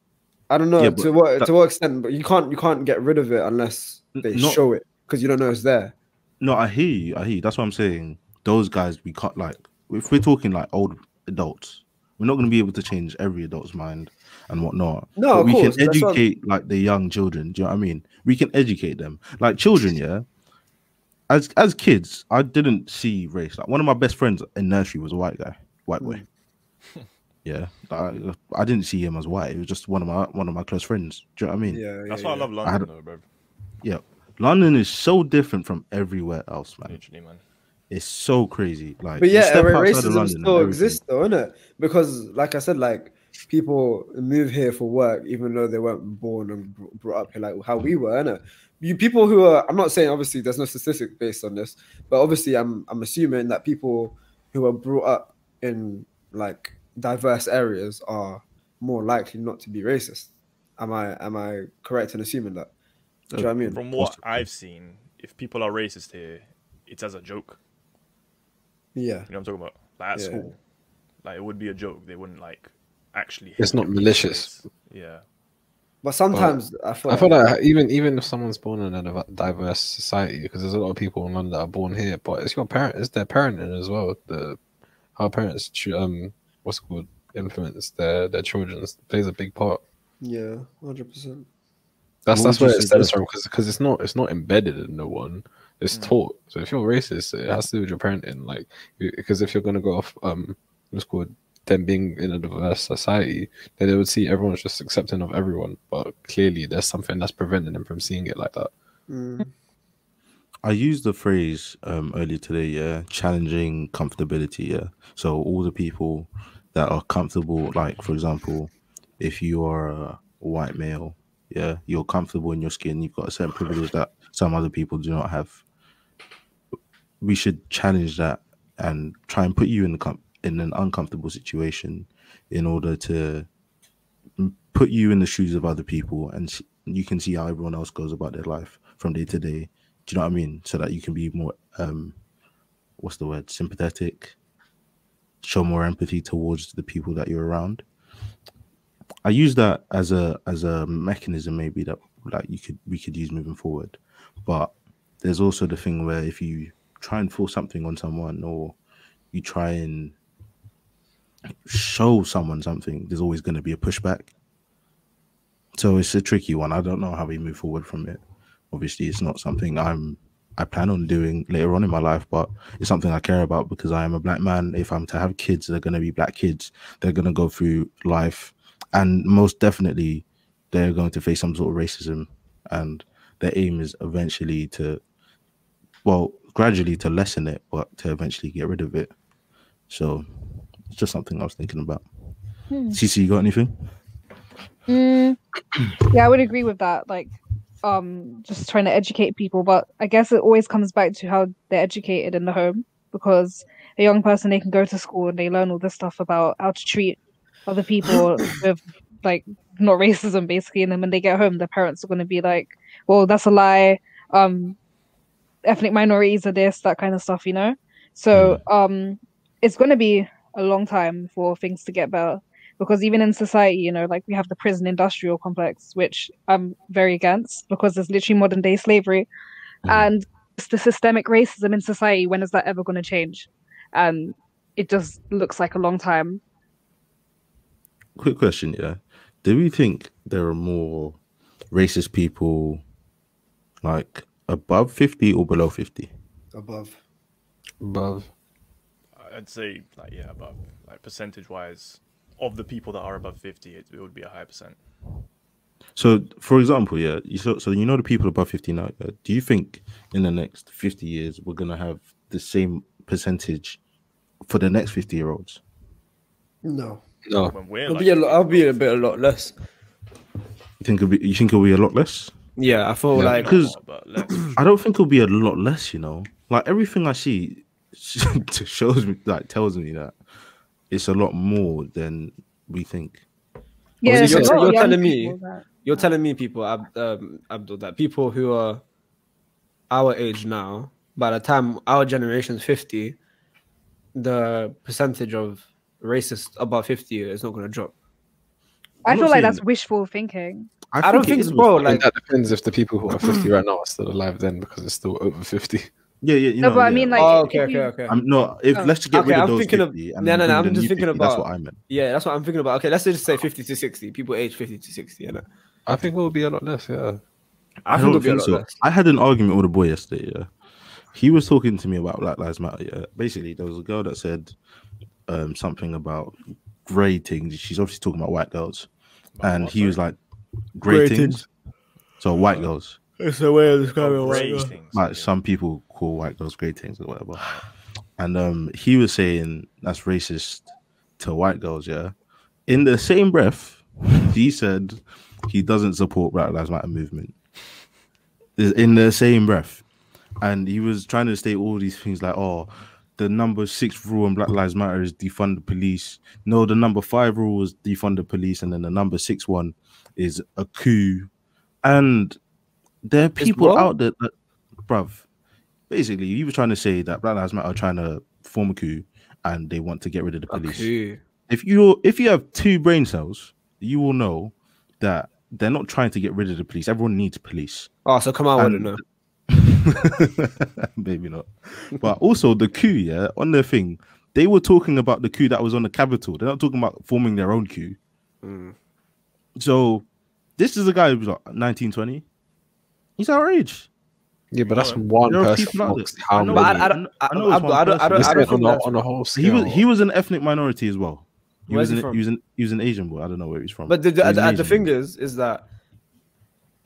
I don't know Yeah, to but what that- to what extent, but you can't you can't get rid of it unless they Not- show it because you don't know it's there. No, I hear you. I hear you. That's what I'm saying. Those guys, we can't like. If we're talking like old adults, we're not going to be able to change every adult's mind and whatnot. No, But of we course, can that's what I'm- educate like the young children. Do you know what I mean? We can educate them, like children. Yeah. As as kids, I didn't see race. Like one of my best friends in nursery was a white guy, white boy. Hmm. Yeah, I, I didn't see him as white. He was just one of my one of my close friends. Do you know what I mean? Yeah, That's yeah, why I yeah. love I London, had- though, bro. Yeah. London is so different from everywhere else, man. Literally, man. It's so crazy. Like, But you yeah, step ra- outside of racism London and still everything- exists, though, innit? Because, like I said, like people move here for work, even though they weren't born and br- brought up here, like how we were, innit? You people who are, I'm not saying obviously there's no statistic based on this, but obviously I'm I'm assuming that people who are brought up in like diverse areas are more likely not to be racist. Am I am I correct in assuming that? Do you know what I mean? Uh, From what I've seen, if people are racist here, it's as a joke. Yeah. You know what I'm talking about? Like at Yeah. school, like it would be a joke. They wouldn't like actually. It's hit not you in the malicious. face. Yeah, But sometimes I feel I feel like even even if someone's born in a div- diverse society, because there's a lot of people in London that are born here, but it's your parent, it's their parenting as well. The how parents cho- um what's it called influence their their children plays a big part. yeah, hundred percent. That's What that's would where you it stems suggest? from because it's not it's not embedded in no one. It's taught. So if you're racist, it has to do with your parenting. Like because if you're gonna go off um what's it called them being in a diverse society, then they would see everyone's just accepting of Mm, everyone. But clearly, there's something that's preventing them from seeing it like that. I used the phrase um, earlier today, yeah, challenging comfortability, yeah. So all the people that are comfortable, like for example, if you are a white male, yeah, you're comfortable in your skin, you've got a certain privilege that some other people do not have. We should challenge that and try and put you in the com- in an uncomfortable situation in order to m- put you in the shoes of other people and s- you can see how everyone else goes about their life from day to day do you know what I mean? So that you can be more, um, what's the word? Sympathetic, show more empathy towards the people that you're around. I use that as a as a mechanism, maybe that like you could we could use moving forward. But there's also the thing where if you try and force something on someone, or you try and show someone something, there's always going to be a pushback. So it's a tricky one. I don't know how we move forward from it obviously it's not something I'm I plan on doing later on in my life, but it's something I care about because I am a black man. If I'm to have kids, they're gonna be black kids. They're gonna go through life and most definitely they're going to face some sort of racism and their aim is eventually to well, gradually to lessen it, but to eventually get rid of it. So it's just something I was thinking about. Hmm. CC, you got anything? Mm, yeah, I would agree with that. Like, um, just trying to educate people, but I guess it always comes back to how they're educated in the home because a young person they can go to school and they learn all this stuff about how to treat other people with like not racism basically, and then when they get home, their parents are going to be like, "Well, that's a lie." Um, ethnic minorities are this, that kind of stuff, you know. So, um, it's going to be a long time for things to get better because even in society, you know, like we have the prison industrial complex, which I'm very against because it's literally modern day slavery, Mhm. Mm. and it's the systemic racism in society. When is that ever going to change? And it just looks like a long time. quick question yeah do we think there are more racist people like above 50 or below 50 above. Above. I'd say like yeah, about like percentage wise of the people that are above fifty, it, it would be a high percent. so for example yeah you so, so you know the people above 50 now yeah? do you think in the next 50 years we're gonna have the same percentage for the next 50 year olds No, No. When we're I'll like, be a lot. I'll be a bit a lot less. you think it'll be you think it'll be a lot less Yeah, I feel Yeah. like because but let's i don't think it'll be a lot less you know like everything i see shows me like tells me that it's a lot more than we think Yeah, you're- there's a lot of you're young telling me- people that- You're telling me people, Ab, um, Abdul, that people who are our age now, by the time our generation's 50, the percentage of racists above 50 is not going to drop. I I'm feel not like saying- that's wishful thinking. I don't it think is so, bro. wishful- I Like, mean, that depends if the people who are 50 right now are still alive then because it's still over 50. Yeah, yeah, you no, know, but I yeah. mean, like, oh, if okay, okay, you- okay. I'm not. If Oh. let's just get Okay, rid of I'm those thinking of- 50 and no, no, bring no, I'm the just new thinking 50, That's about- what I meant. Yeah, that's what I'm thinking about. Okay, let's just say 50 to 60. People age 50 to 60, innit? I think it will be a lot less, yeah. I, think don't it'll be a think lot so. less. I had an argument with a boy yesterday. Yeah, he was talking to me about Black Lives Matter. Yeah, basically, there was a girl that said um, something about grey things. She's obviously talking about white girls, and he was like, "Grey Grey things." things. So white girls, It's a way of describing like some people call white girls grey things or whatever. And um, he was saying that's racist to white girls. Yeah, in the same breath, he said he doesn't support Black Lives Matter movement. In the same breath, and he was trying to state all these things like, oh, the number six rule in Black Lives Matter is defund the police. No, the number five rule was defund the police, and then the number six one is a coup. And there are people what? out there, that, bruv. Basically, he was trying to say that Black Lives Matter are trying to form a coup, and they want to get rid of the police Okay. if you if you have two brain cells, you will know that they're not trying to get rid of the police. Everyone needs police. Oh, so come on, I wouldn't know. Maybe not. But also the coup, yeah, on their thing, they were talking about the coup that was on the capital. They're not talking about forming their own coup. Mm. So this is a guy who's like 19, 20. He's our age. Yeah, but that's Well, one there are person people out amongst there. I how know many. But I, I, don't- I, I know it's Abdul, I, one don't, I, don't, I Listen, don't on, think a, that's on a whole scale. He was he was an ethnic minority as well. He Where's was he an, from? he was an he was an Asian boy. I don't know where he's from. But the, He the, was an the, the Asian thing boy. is, is that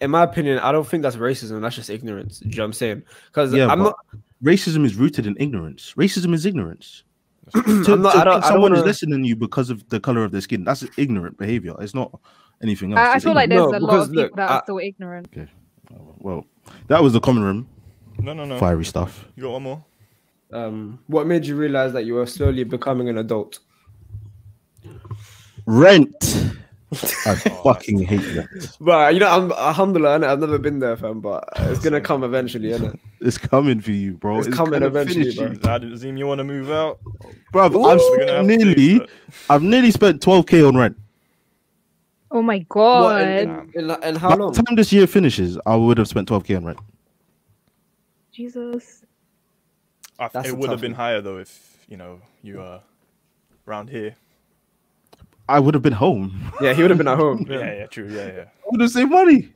in my opinion, I don't think that's racism. That's just ignorance. Do you know what I'm saying? Because Yeah, I'm but not. Racism is rooted in ignorance. Racism is ignorance. To- I'm not. to I don't. think I don't someone is wanna, less than you because of the color of their skin. That's ignorant behavior. It's not anything else. I, I It's feel like ignorant. there's No, a lot because of people look, that are I- still ignorant. Well, that was the common room. No, no, no. Fiery stuff. You got one more? um, what made you realize that you were slowly becoming an adult? Rent. Oh, I fucking hate that. But you know, I'm alhamdulillah, innit? I've never been there, fam. But it's gonna come eventually, innit? It's coming for you, bro. It's coming gonna eventually, finish bro. you. Zim, you want to move out? Bruv, Ooh. We're gonna I've have to do nearly, that. I've nearly spent 12k on rent. Oh my What, in, god, in, in, in By how the long? time this year finishes, I would have spent 12k on rent. Jesus. I, That's it a would have tough been one. higher though if you know you uh around here. I would have been home. Yeah, he would have been at home. Yeah, yeah, true. Yeah, yeah. I would have saved money.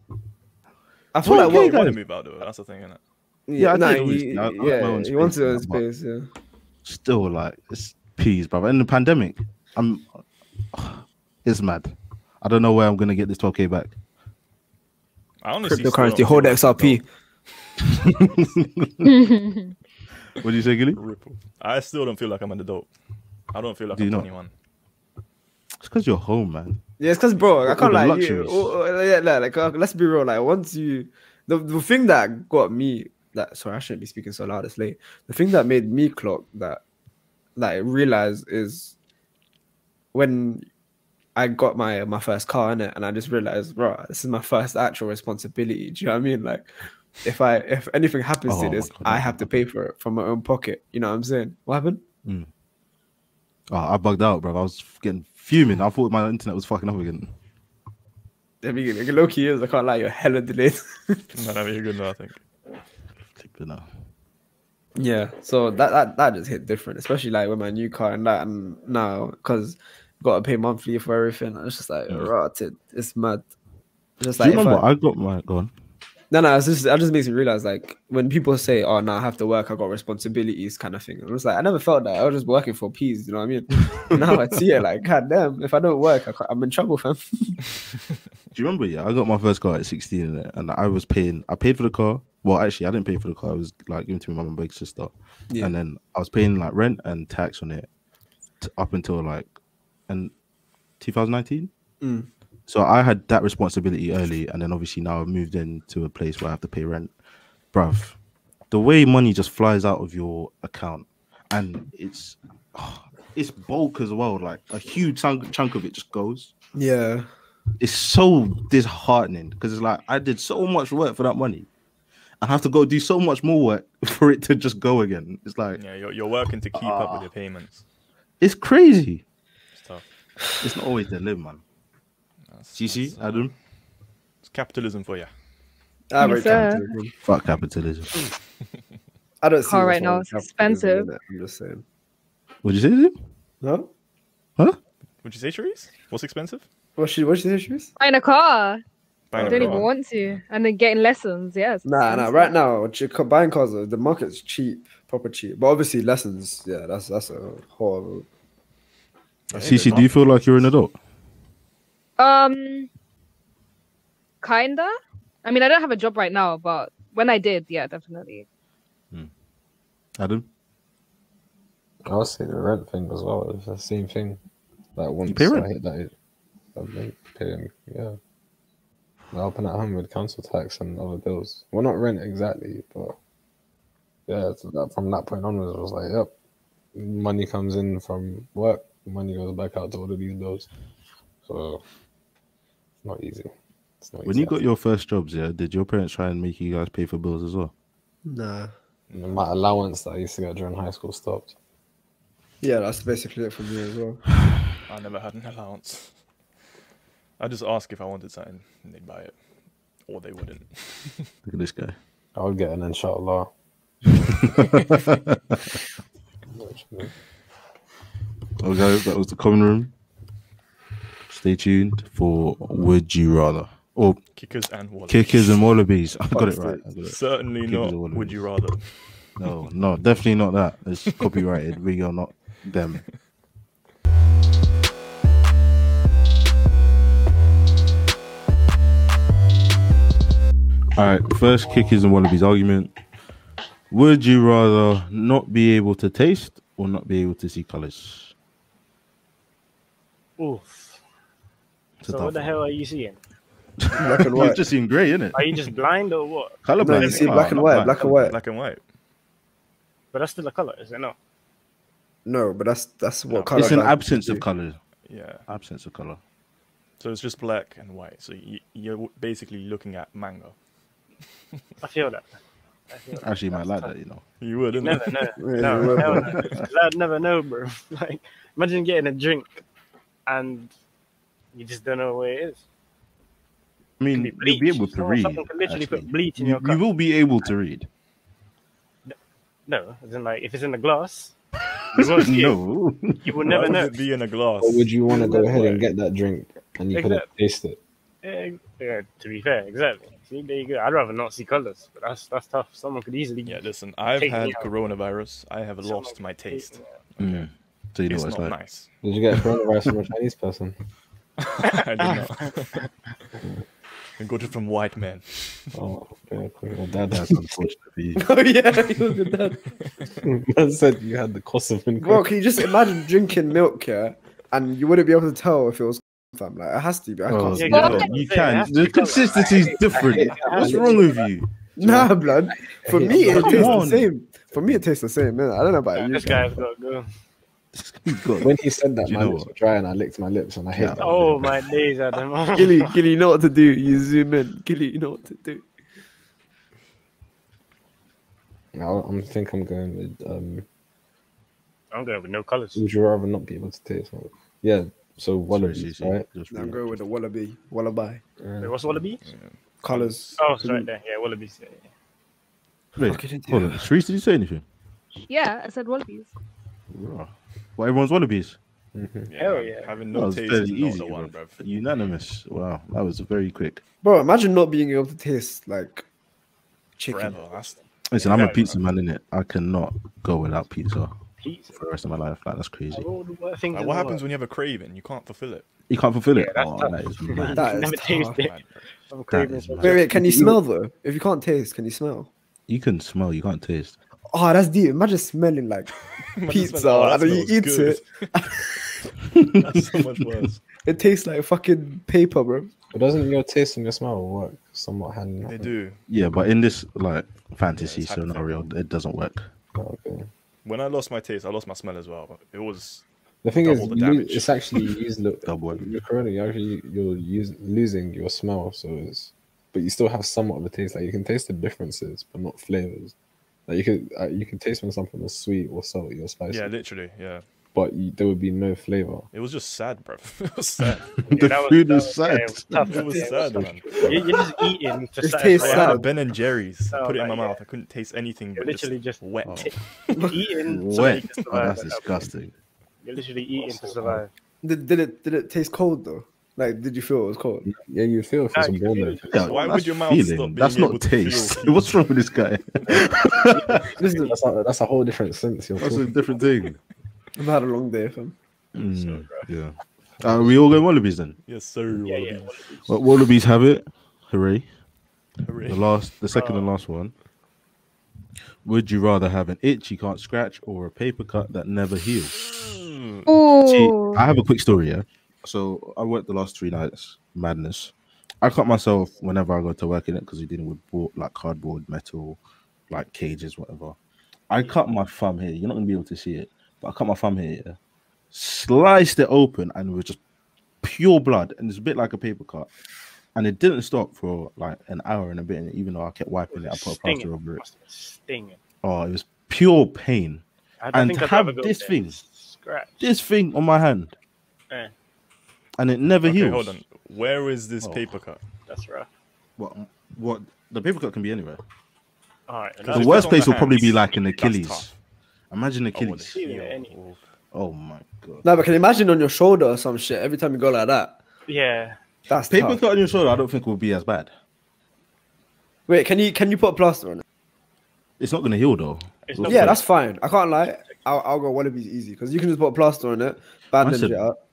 I feel like Okay, you what? guys. want to move out though. That's the thing, innit? Yeah, I nah, did always- he, I- I like my yeah, own he wants space, his own but- space. Yeah. Still, like, it's peas, brother. In the pandemic, I'm. It's mad. I don't know where I'm going to get this 12k back. I honestly still don't Cryptocurrency, feel hold like XRP. What do you say, Gilly? I'm an adult. I still don't feel like I'm an adult. I don't feel like Do I'm you not? 21. It's because you're home, man. Yeah, it's because, bro, I All can't the like you. luxuries. oh, oh, yeah, nah, like, uh, let's be real. Like, once you, the, the thing that got me, that sorry, I shouldn't be speaking so loud. It's late. The thing that made me clock that, like, realize is when I got my my first car in it, and I just realized, bro, this is my first actual responsibility. Do you know what I mean? Like, if I if anything happens Oh to my this, God, I that have to pay for it from my own pocket. You know what I'm saying? What happened? Oh, I bugged out, bro. I was getting fuming. I thought my internet was fucking up again. I mean, like, low key is I can't lie, you're hella delayed. No, no, you're good now. I think. But no. Yeah, so that, that that just hit different, especially like with my new car and that, and now because got to pay monthly for everything. It's just like Mm. rotted. It's mad. It's just Do you like if remember? I, I got my. Go on. no, no. It's just that just makes me realize like when people say, "Oh, now I have to work. I got responsibilities," kind of thing. I was like, I never felt that. I was just working for peas. You know what I mean? now I see it like, God damn, if I don't work, I can't, I'm in trouble, fam. Do you remember? Yeah, I got my first car at 16 in it, and I was paying. I paid for the car. Well, actually, I didn't pay for the car. It was like given to me by my big sister, Yeah. and then I was paying like rent and tax on it t- up until like and 2019. Mm. So I had that responsibility early, and then obviously now I've moved into a place where I have to pay rent. Bruv, the way money just flies out of your account, and it's it's bulk as well. Like a huge chunk chunk of it just goes yeah, it's so disheartening because it's like I did so much work for that money. I have to go do so much more work for it to just go again. It's like Yeah, you're, you're working to keep up Ah. with your payments. it's crazy. It's tough. It's not always the live man. That's, GC, that's, uh, Adam. it's capitalism for you. I rate sir. capitalism. Fuck capitalism. I don't see. Car what's right now wrong with is capitalism, expensive. innit? I'm just saying. What'd you say? Zim? No, Would you say, Cherise? What's expensive? what's she? What's the issues? Buying a car. Buying I a don't car. even want to. And then getting lessons. Yes. Nah, nah. Right now, what you co- buying cars, uh, the market's cheap, proper cheap. But obviously, lessons, yeah, that's that's a whole. CC, do you feel like you're an adult? Um, kinda. I mean, I don't have a job right now, but when I did, yeah, definitely. Adam, I would say the rent thing as well. It's the same thing. Like once pay rent? I hit that, I'm paying. Yeah, I'm helping at home with council tax and other bills. Well, not rent exactly, but yeah. it's that, from that point onwards, I was like, yep. Money comes in from work. Money goes back out to all of these bills. So it's not easy. It's not when easy you got your first jobs, yeah, did your parents try and make you guys pay for bills as well? Nah. my allowance that I used to get during high school stopped. Yeah, that's basically it for me as well. I never had an allowance. I just asked if I wanted something, and they'd buy it, or they wouldn't. Look at this guy. I would get an inshallah. Well, guys, that was the common room. Stay tuned for Would You Rather or Kickers and wallets. Kickers and Wallabies. I got it right. I got it. Certainly Kickers not. and wallets. Would you rather? No, no, definitely not that. It's copyrighted. We are not them. All right, first kick is in Wallaby's argument. Would you rather not be able to taste or not be able to see colors? Oof. So what the hell are you seeing? Black and white. You've just seen grey, innit? Are you just blind or what? No, you Colorblind. see Ah, black and white, black and white. Black and white. But that's still a color, is it not? No, but that's that's No, what color. It's an absence of color. Yeah. Absence of color. So it's just black and white. So you, you're basically looking at manga. I feel that. I feel that. Actually, you might like that, you know. You would, Never, innit? never. Yeah, No, well, hell no. I'd never know, bro. Like, imagine getting a drink and you just don't know where it is. I It could mean, be you'll be bleach. able to Someone- read. someone can literally put actually. bleach in you, your you cup. will be able to read. No, as in like if it's in a glass, you won't see it. no. You will never Why would know. it be in a glass? Or would you want to go Black ahead and and get that drink and you could have Exactly. tasted it? Eh, yeah, to be fair, exactly. See, there you go. I'd rather not see colors, but that's that's tough. Someone could easily Yeah, listen, I've Take me had out. coronavirus. I have Someone lost could my take me taste. out. Mm. So you know it's what it's not like. nice. Did you get coronavirus from a Chinese person? I did not. I got it from white men. Oh, okay, okay. Well, That- dad That's unfortunate for you. oh yeah, he was with that. Dad said you had the cost of Bro, can you just imagine drinking milk, yeah, and you wouldn't be able to tell if it was fam? Like it has to be. I Oh, can't. see no, it. you Yeah, it has can. to be The colour. consistency is different. What's wrong with you? Nah, blood. For Hey, me, it come tastes on. the same. For me, it tastes the same. Man. I don't know about you. This fam. guy's got to go. He's got- When he said that, Do you my know lips what? were dry and I licked my lips and I hate Yeah. that. Oh my days, Adam. Gilly, Gilly, you know what to do. You zoom in. Gilly, you know what to do. No, I'm- I think I'm going with. Um, I'm going with no colors. would you rather not be able to taste? Or... Yeah. So Sorry, wallabies, Cece, right? just I'm read. going with the wallaby. Wallaby. Mm. Wait, what's wallaby? Colors. Oh, it's right there. Yeah, wallabies. Yeah, yeah. Wait, hold on. Sharice, did you say anything? Yeah, I said wallabies. Bruh. Well, everyone's wannabes. Hell yeah. Having that no was taste fairly is not easy, the one, bruv. bruv. Unanimous. Wow, that was very quick. Bro, imagine not being able to taste like chicken. Forever. That's Listen, I'm a Exactly, pizza man, innit? I cannot go without pizza Pizza. for the rest of my life. Like that's crazy. Of all the worst things Like, in Uh, what the happens world. when you have a craving? You can't fulfill it. You can't fulfill it. Yeah, that's oh, tough. that is mad. That Never is tough. taste it. Man, bruv. I'm craving is something. mad. Wait, wait, can you smell though? If you can't taste, can you smell? You can smell. You can't taste. Oh, that's deep. Imagine smelling like Imagine Pizza, smelling- oh, that and then you smells eat good. That's so much worse. it tastes like fucking paper, bro. But doesn't your taste and your smell work somewhat hand in They hand? do. Yeah, but in this like fantasy Yeah, it's scenario, it doesn't work. Oh, okay. When I lost my taste, I lost my smell as well. It was The thing Double is, the you- damage. it's actually you use lo- Double it. your corona. You actually you're use, losing your smell, so it's but you still have somewhat of a taste. Like you can taste the differences, but not flavors. Like you could uh, you can taste when something was sweet or salty or spicy, yeah, literally, yeah. but you, there would be no flavor. It was just sad, bruv. It was sad. the that was- food that is was- sad. yeah, it was tough. It was Yeah, it sad, was man. tough. You- You're just eating to It satisfy tastes I your had a sad. Ben and Jerry's. I Oh, put it in my right, mouth. I couldn't taste anything. You're but just literally just wet. Oh, eating. so Wet. you can Oh, survive that's without food. disgusting. You're literally eating to survive. Did, did it did it taste cold though? Like, did you feel it was cold? Yeah, you feel if it's Nah, you warm. feel though. it. Yeah, Why would that's your mouth feeling. stop being That's not able to feel taste. heat? What's wrong with this guy? Listen, That's a, that's a whole different sense. You're That's a talking. different thing. I've had a long day, fam. Mm, yeah. Uh, we all go wallabies then. Yes, sir. Yeah, yeah. wallabies. Well, wallabies have it. Hooray! Hooray. The last, the second Oh. and Uh, last one. Would you rather have an itch you can't scratch or a paper cut that never heals? See, Ooh. I have a quick story. Yeah. So I worked the last three nights. Madness. I cut myself whenever I go to work in it because we're dealing with board, like cardboard, metal, like cages, whatever. I cut my thumb here. You're not gonna be able to see it, but I cut my thumb here. Yeah? Sliced it open and it was just pure blood, and it's a bit like a paper cut. And it didn't stop for like an hour and a bit. And even though I kept wiping it, I put a plaster Stinging. over it. Must have been Stinging. Oh, it was pure pain. I And I'd have rather go this there. thing. Scratch. This thing on my hand, Eh. and it never okay, heals. hold on. Where is this Oh. paper cut? That's rough. What? What? The paper cut can be anywhere. All right. If the it's another- worst on place the will probably be hands, like an that's Achilles. tough. Imagine I wouldn't Achilles. feel Yeah, it. any- Oof. Oh my god. No, but can you imagine on your shoulder or some shit every time you go like that? Yeah. That's Paper tough. cut on your shoulder, I don't think will be as bad. Wait, can you can you put a plaster on it? It's not gonna heal though. It's not Yeah, good. that's fine. I can't lie. I'll, I'll go wallabies easy because you can just put a plaster on it, bandage Listen, it up.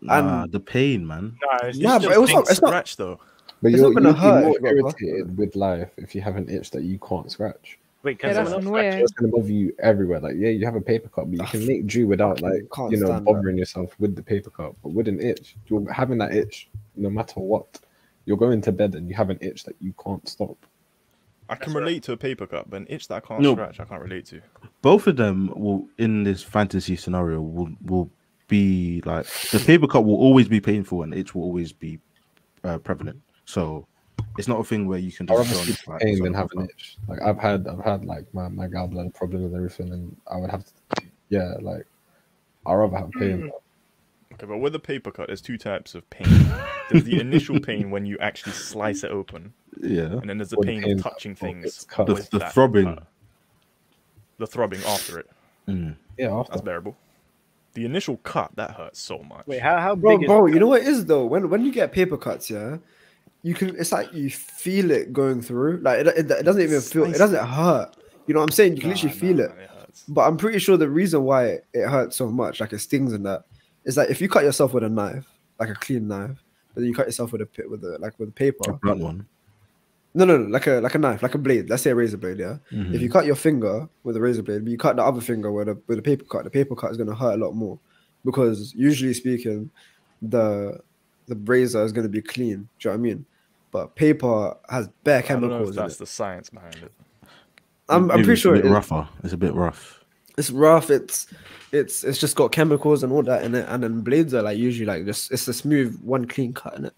Nah, the pain, man. Nah, it's, Yeah, it's but still it was pink. not- it's not- Scratch though. But It's you're, not gonna you'd be hurt more if you got busted. irritated with life if you have an itch that you can't scratch. Wait, can Yeah, that's someone else? annoying. It's gonna bother you everywhere. Like, yeah, you have a paper cup, but you can make do without like Can't you know stand that. bothering yourself with the paper cup. But with an itch, you're having that itch no matter what. You're going to bed and you have an itch that you can't stop. I can That's right. relate to a paper cup, but an itch that I can't No. scratch, I can't relate to. both of them will in this fantasy scenario will will be like the paper cut will always be painful and it will always be uh, prevalent. So it's not a thing where you can I'd just rather go on, sleep in like, pain sort than of have an about- itch. Like I've had, I've had like my, my gallbladder problem and everything, and I would have, to, yeah, like I'd rather have pain. Okay, but with a paper cut, there's two types of pain. there's the initial pain when you actually slice it open, Yeah. and then there's the Or pain, pain of touching after things, it's cut. The, with the that. throbbing. the throbbing after it. Mm. yeah, after That's bearable. The initial cut that hurts so much. Wait, how how Bro, big? bro, is you know what it is though? When when you get paper cuts, yeah, you can. It's like you feel it going through. Like it, it, it doesn't even feel. It doesn't hurt. You know what I'm saying? You can Nah, literally nah, feel nah, it. it hurts. But I'm pretty sure the reason why it, it hurts so much, like it stings and that, is that if you cut yourself with a knife, like a clean knife, but then you cut yourself with a pi- with a like with a A paper. blunt one. No, no, no, like a like a knife, like a blade. Let's say a razor blade, yeah. If Mm-hmm. Mhm. you cut your finger with a razor blade, but you cut the other finger with a with a paper cut, the paper cut is gonna hurt a lot more, because usually speaking, the the razor is gonna be clean. Do you know what I mean? But paper has bare I don't know chemicals. if in that's it. the science behind it. I'm, I'm Maybe pretty it's sure a bit it is. rougher. It's a bit rough. it's rough. It's it's it's just got chemicals and all that in it. And then blades are like usually like just it's a smooth one clean cut in it.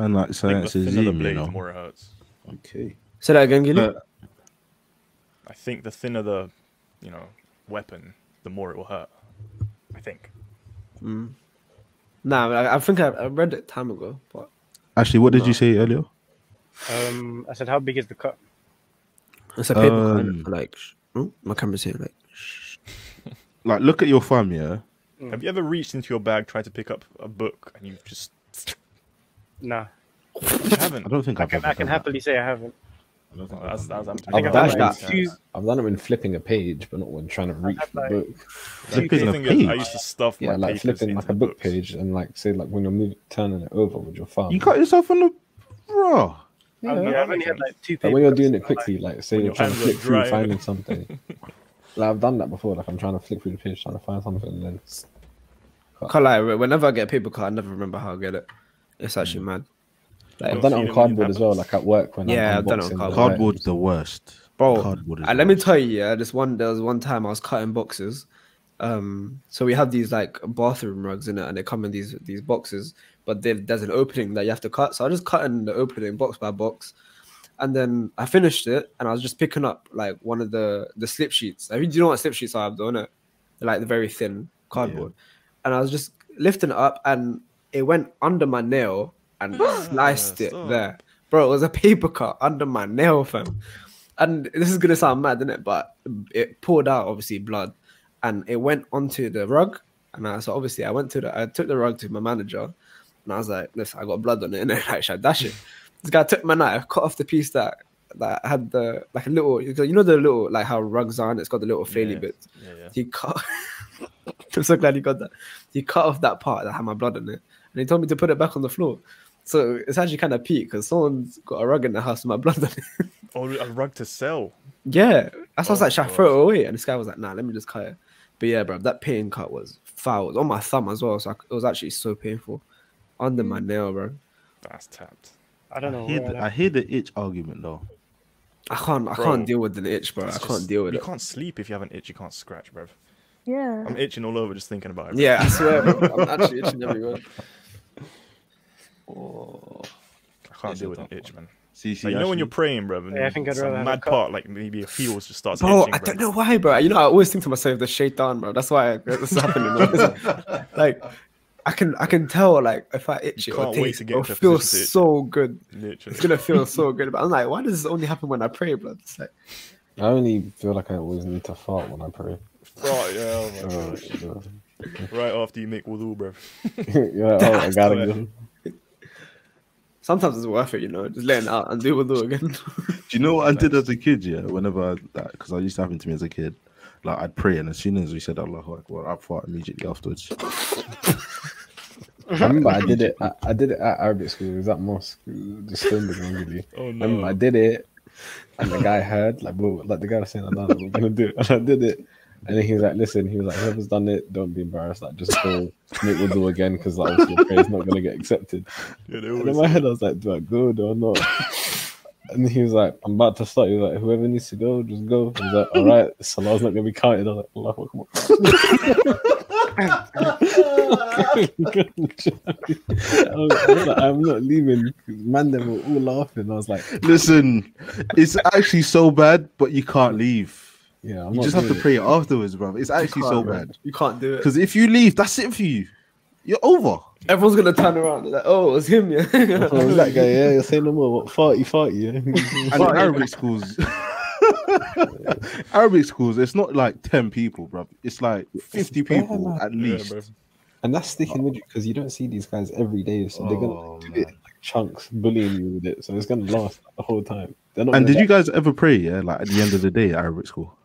And like Uh, I think science the is thinner the zoom, you blade, the know. more it hurts. Okay. Say that again, Gilly. Uh, I think the thinner the, you know, weapon, the more it will hurt. I think. nah, I, I think I, I read it time ago, but Actually, what did you say earlier? it? Um, I said, how big is the cut? it's a paper cut. Um, innit? Like sh- oh, my camera's here. Like Like, look at your thumb, yeah. Mm. Have you ever reached into your bag, tried to pick up a book, and you just Nah, you haven't? I don't think I I've can ever I can done that. happily say I haven't. I don't think I've That's, done that's, that. I'm, I think I've I've done done like that. Yeah. two. I've done it when flipping a page, but not when trying to reach have, the like- book. Like, Flipping the a thing is, I page. used to stuff Yeah, my like papers flipping into like a book books. page and like say like when you're moving, turning it over with your thumb. You cut yourself on the bro. I've, I've Yeah. only had like two. Like when you're papers, doing it but, quickly, like say when you're your trying to hands flick are through dry. finding something. like I've done that before. Like I'm trying to flick through the page trying to find something, and then s- Can't lie, wh- whenever I get a paper cut, I never remember how I get it. It's actually mad. I've Like, seen it when done it on it cardboard as well. happens. Like at work when Yeah, I'm I've done it on unboxing the cardboard. items. Cardboard's the worst. bro, Cardboard is uh, the let me worst. tell you, yeah, this one there was one time I was cutting boxes. Um, so we have these like bathroom rugs in it, and they come in these these boxes, but they've- there's an opening that you have to cut. So I just cut in the opening box by box, and then I finished it, and I was just picking up like one of the the slip sheets. I mean, do you know what slip sheets are? I've done it, They're, like the very thin cardboard, and I was just lifting it up, and it went under my nail and sliced it stop. there, bro. It was a paper cut under my nail, fam. And this is gonna sound mad, isn't it? But it poured out obviously blood, and it went onto the rug. And I, so obviously I went to the I took the rug to my manager, and I was like, "Listen, I got blood on it, and like, should I dash it?" This guy took my knife, cut off the piece that that had the like a little, you know, the little like how rugs are, and it's got the little flaily Yeah. bits. Yeah, yeah. He cut. I'm so glad he got that. He cut off that part that had my blood in it, and he told me to put it back on the floor. So it's actually kind of peak because someone's got a rug in the house with my blood on it. Or a rug to sell. Yeah, that's why I was Oh like, should I my throw it away? And this guy was like, nah, let me just cut it. But yeah, bro, that pain cut was foul. It was on my thumb as well, so I c it was actually so painful under my nail, bro. That's tapped. I don't know. I hear, where the, that- I hear the itch argument though. I can't, I Bro, can't deal with an itch, bro. It's I can't just- deal with You it. can't sleep if you have an itch you can't scratch, bruv. Yeah. I'm itching all over just thinking about it. bruv. Yeah, I swear, bro. I'm actually itching everywhere. I can't It's deal a with an tough itch, man. See, see, Like, you know when you're actually- praying, bruv, and Yeah, I think I'd some rather have a mad cut. part, like maybe your heel just starts Bro, itching, I bruv. don't know why, bro. You know, I always think to myself, the shaitan, bro. That's why this is happening. bro. like, I can, I can tell, like, if I itch, You it will can't wait taste- to it get will into a feel position to itch. so good. Literally. It's gonna feel so good. But I'm like, why does this only happen when I pray, bro? It's like, I only feel like I always need to fart when I pray. Right, yeah, oh my Oh, God. shit. right after you make wudu, bruv. yeah, oh, I gotta That's go. sometimes it's worth it, you know, just letting out and do what do again. Do you know what I did as a kid? Yeah, whenever because I used to happen to me as a kid, like I'd pray, and as soon as we said Allahu Akbar, I'd fart immediately afterwards. I remember I did it. I, I did it at Arabic school. It was at mosque. Just filmed it wrongly. Oh I remember I did it, and the guy heard like, bro, like the guy was saying, "I'm not I'm gonna do it," and I did it. And then he was like, "Listen," he was like, "Whoever's done it, don't be embarrassed. Like, just go make wudu again, because like, obviously your prayer's not gonna get accepted." Yeah, they And in always my head, I was like, "Do I go? Do I not?" And he was like, "I'm about to start." He was like, "Whoever needs to go, just go." He was like, "All right, Salah's not gonna be counted." I was like, "Allah, come I was, I was like, I'm not leaving. Man, they were all laughing. I was like, Listen, it's actually so bad, but you can't leave. yeah, I'm You not just have to doing it. pray afterwards, bro. It's actually so Can't, man. bad. You can't do it. Because if you leave, that's it for you. You're over. Everyone's gonna turn around. They're Like, oh, it was him. Yeah. Oh, it was that guy, yeah, say no more. What, farty, farty, And in Arabic schools, Arabic schools, it's not like 10 people, bro. It's like 50 bad, people man. at Yeah, least. bro. And that's sticking with you because you don't see these guys every day, so they're gonna Oh, do man. it in like chunks, bullying you with it. So it's gonna last the whole time. They're not And gonna did you guys ever pray, yeah, like at the end of the day at Arabic school?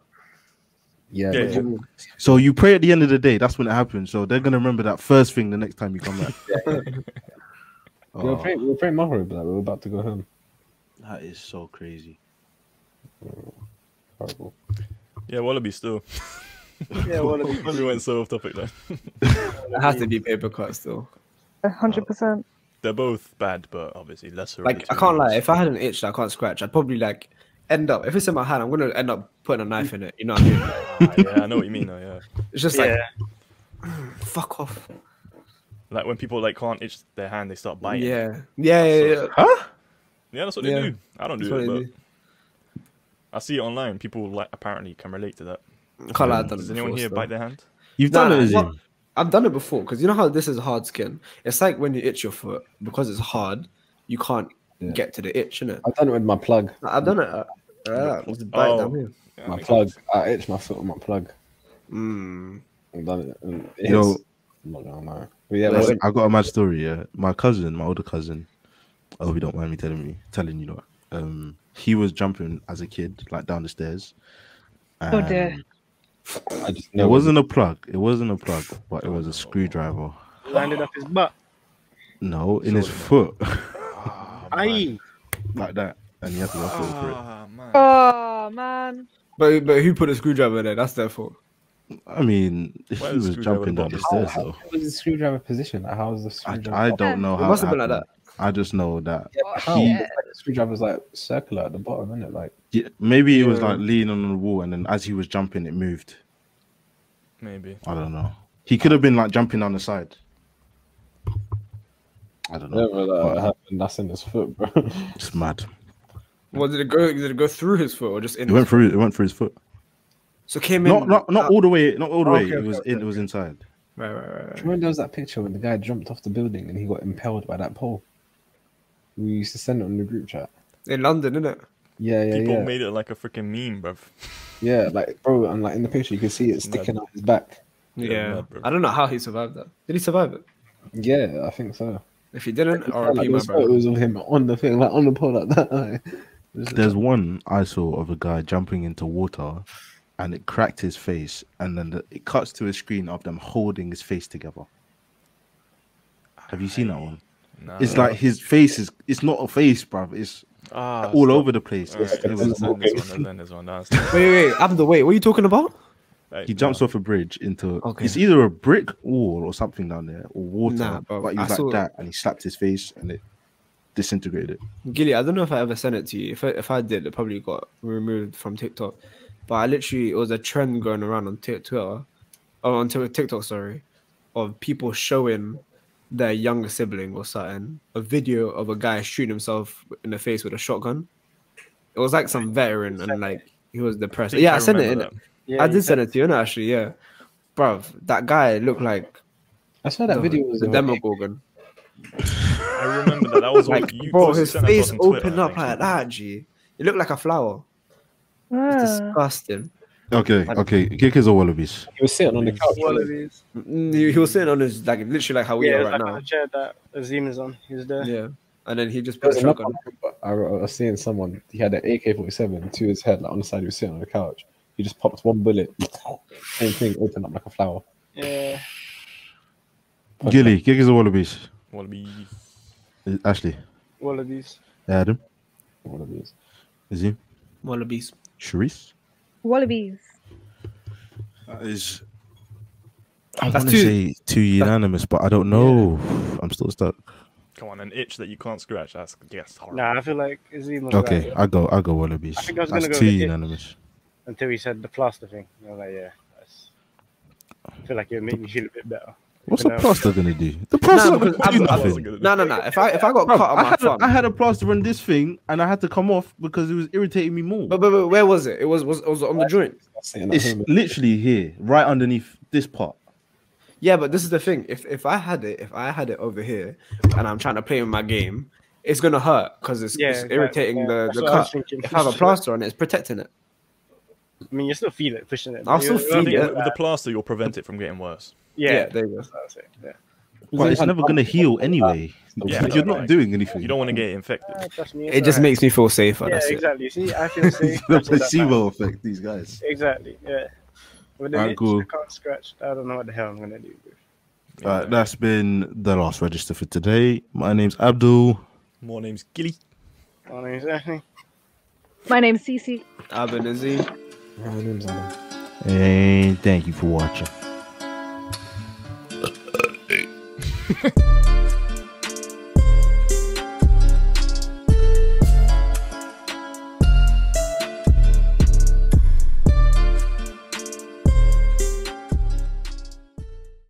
Yeah, Yeah, but yeah. you- So you pray at the end of the day, that's when it happens. So they're gonna remember that first thing the next time you come back. we were Oh, praying, we were praying Maghrib, like, we were about to go home. that is so crazy. Horrible. yeah, Wallaby still. Yeah, well, it'd be- we went so off topic there. It has to be paper cut still. hundred percent. They're both bad, but obviously lesser. of Like the I two can't lie. evils. If I had an itch that I can't scratch, I'd probably like end up. If it's in my hand, I'm gonna end up putting a knife in it. You know what I mean? Like, Ah, yeah, I know what you mean. Though, yeah, it's just yeah. like fuck off. like when people like can't itch their hand, they start biting. Yeah, Yeah. Yeah. Yeah. yeah. that's what they Yeah. do. I don't That's do what it, they but do. I see it online. People like apparently can relate to that. I can't lie, I've done it Does anyone before here still. bite their hand? You've Nah, done nah, it, what- Azim. I've done it before because you know how this is hard skin. It's like when you itch your foot because it's hard, you can't Yeah. get to the itch, innit? I've done it with my plug. I've done it. Uh, yeah, was a bite Oh. down here. Yeah, My makes plug. sense. I itched my foot with my plug. Mm. I've done it. and it Yo. hits. I'm not gonna lie. But yeah, Listen. but- I got a mad story. Yeah, my cousin, my older cousin. I hope you don't mind me telling me telling you that. Um, he was jumping as a kid, like down the stairs. Oh, dear. and I just know It wasn't a plug. It wasn't a plug, but it was a screwdriver. landed up his butt. No, in his foot, Oh Aye. like that, and he had to go for it. Ah, man. Oh man. But but who put a screwdriver there? That's their fault. I mean, he Why is was the jumping down screwdriver the how, stairs how, though. was the screwdriver position? Like, how was the I, screwdriver? I don't know It how. must have been like happened. I just know that Yeah, but Oh, how? yeah. Like, the screwdriver's like circular at the bottom, isn't it? Like, yeah, maybe it was Yeah. like leaning on the wall, and then as he was jumping, it moved. Maybe. I don't know. He could have been like jumping down the side. I don't know. whatever that happened, that's in his foot, bro. It's mad. Well, did it go? Did it go through his foot or just in? It went through. It went through his foot. So it came in. Not not not uh, all the way. Not all the way. Okay, It okay, was in. It was inside. Right, right, right, right. Remember there was that picture when the guy jumped off the building and he got impelled by that pole? We used to send it on the group chat. In London, innit? Yeah, yeah, People yeah. made it like a freaking meme, bruv. Yeah, like, bro, and like in the picture, you can see it sticking out his back. Yeah. mad, bro. I don't know how he survived that. Did he survive it? Yeah, I think so. If he didn't, Yeah, RIP like, my there's brother. photos of him on the thing, like on the pole like that. like. There's one I saw of a guy jumping into water, and it cracked his face, and then the, it cuts to a screen of them holding his face together. Have you seen that one? Nah. It's like his face is. It's not a face, bruv. It's ah, all stop. over the place. Alright, It's- it let's was- end this one, let's end this one, nah, stop. Wait, wait, wait, Abdul, wait. What are you talking about? Like, He nah. jumps off a bridge into Okay. it's either a brick wall or something down there or water. Nah, bro, like he I was like saw- that and he slapped his face and it disintegrated. Gilly, I don't know if I ever sent it to you. If I, if I did, it probably got removed from TikTok. But I literally, it was a trend going around on Tik- Twitter, or on Tik- TikTok, sorry, of people showing their younger sibling or something a video of a guy shooting himself in the face with a shotgun. It was like some veteran and like he was depressed. think Yeah, I I sent it. remember innit? Yeah, I you did send it to you, innit, actually. Yeah, bruv, that guy looked like I saw that the, video was the of a- Demogorgon. I remember that. That was all Like, you bro, you his sent that to us face on Twitter, opened I up think. like that, G. It looked like a flower. It's Ah. disgusting. Okay, okay. Kickers or wallabies? He was sitting on the couch. One of these. Mm, He, he was sitting on his like literally like how we Yeah, are it's right like the chair that Azim is on. He's there. now. Yeah, and then he just There put a was another shotgun. one I, remember. I I was seeing someone. He had an AK forty seven to his head, like on the side. He was sitting on the couch. He just popped one bullet. Same thing, opened up like a flower. Yeah. Gilly, Giggs or Wallabies? Wanna be Is- Ashley, All of these. Adam, One of these. Azim, Wallabies. Sharice. Wallabies. That is. I That's want to two- say two unanimous, but I don't know. I'm still stuck. come on an itch that you can't scratch. That's yes, horrible. Nah, I feel like Azim was Okay, right I go. I go Wallabies. I think I was That's gonna go two with it. unanimous. until he said the plaster thing. I was like, yeah, that's... I feel like it would make me feel a bit better. What's Even though- the plaster gonna do? The plaster because gonna do I'm- I'm- nothing. No, no, no. If I if I got Bruv, cut on I, my had a, thumb, I had a plaster on this thing and I had to come off because it was irritating me more. but, but but where was it? It was was it was on the joint. it's literally here, right underneath this part. Yeah, but this is the thing. If if I had it, if I had it over here, and I'm trying to play with my game, it's gonna hurt because it's, Yeah, it's exactly, irritating yeah. the, That's the what I was cut. thinking. If I have a plaster on it, it's protecting it. I mean, you still feel it pushing it. I'll but you- still Well, I feel think Yeah. with, with the plaster, you'll prevent it from getting worse. Yeah, there you go. that's what I was saying, yeah. But it's never gonna heal anyway. Yeah, because you're no, not like, doing anything. You don't want to get infected. Ah, trust me, it's It just alright. makes me feel safer. Yeah, that's it. exactly. See, I feel safe. the That's all that matters. placebo effect. These guys. Exactly. Yeah. With Alright, an itch, cool. I can't scratch. I don't know what the hell I'm gonna do. Yeah. Alright, that's been the last register for today. My name's Abdul. More names Gilly. My name's Anthony. My name's Cece. I've been Izzy. My name's Adam. And thank you for watching.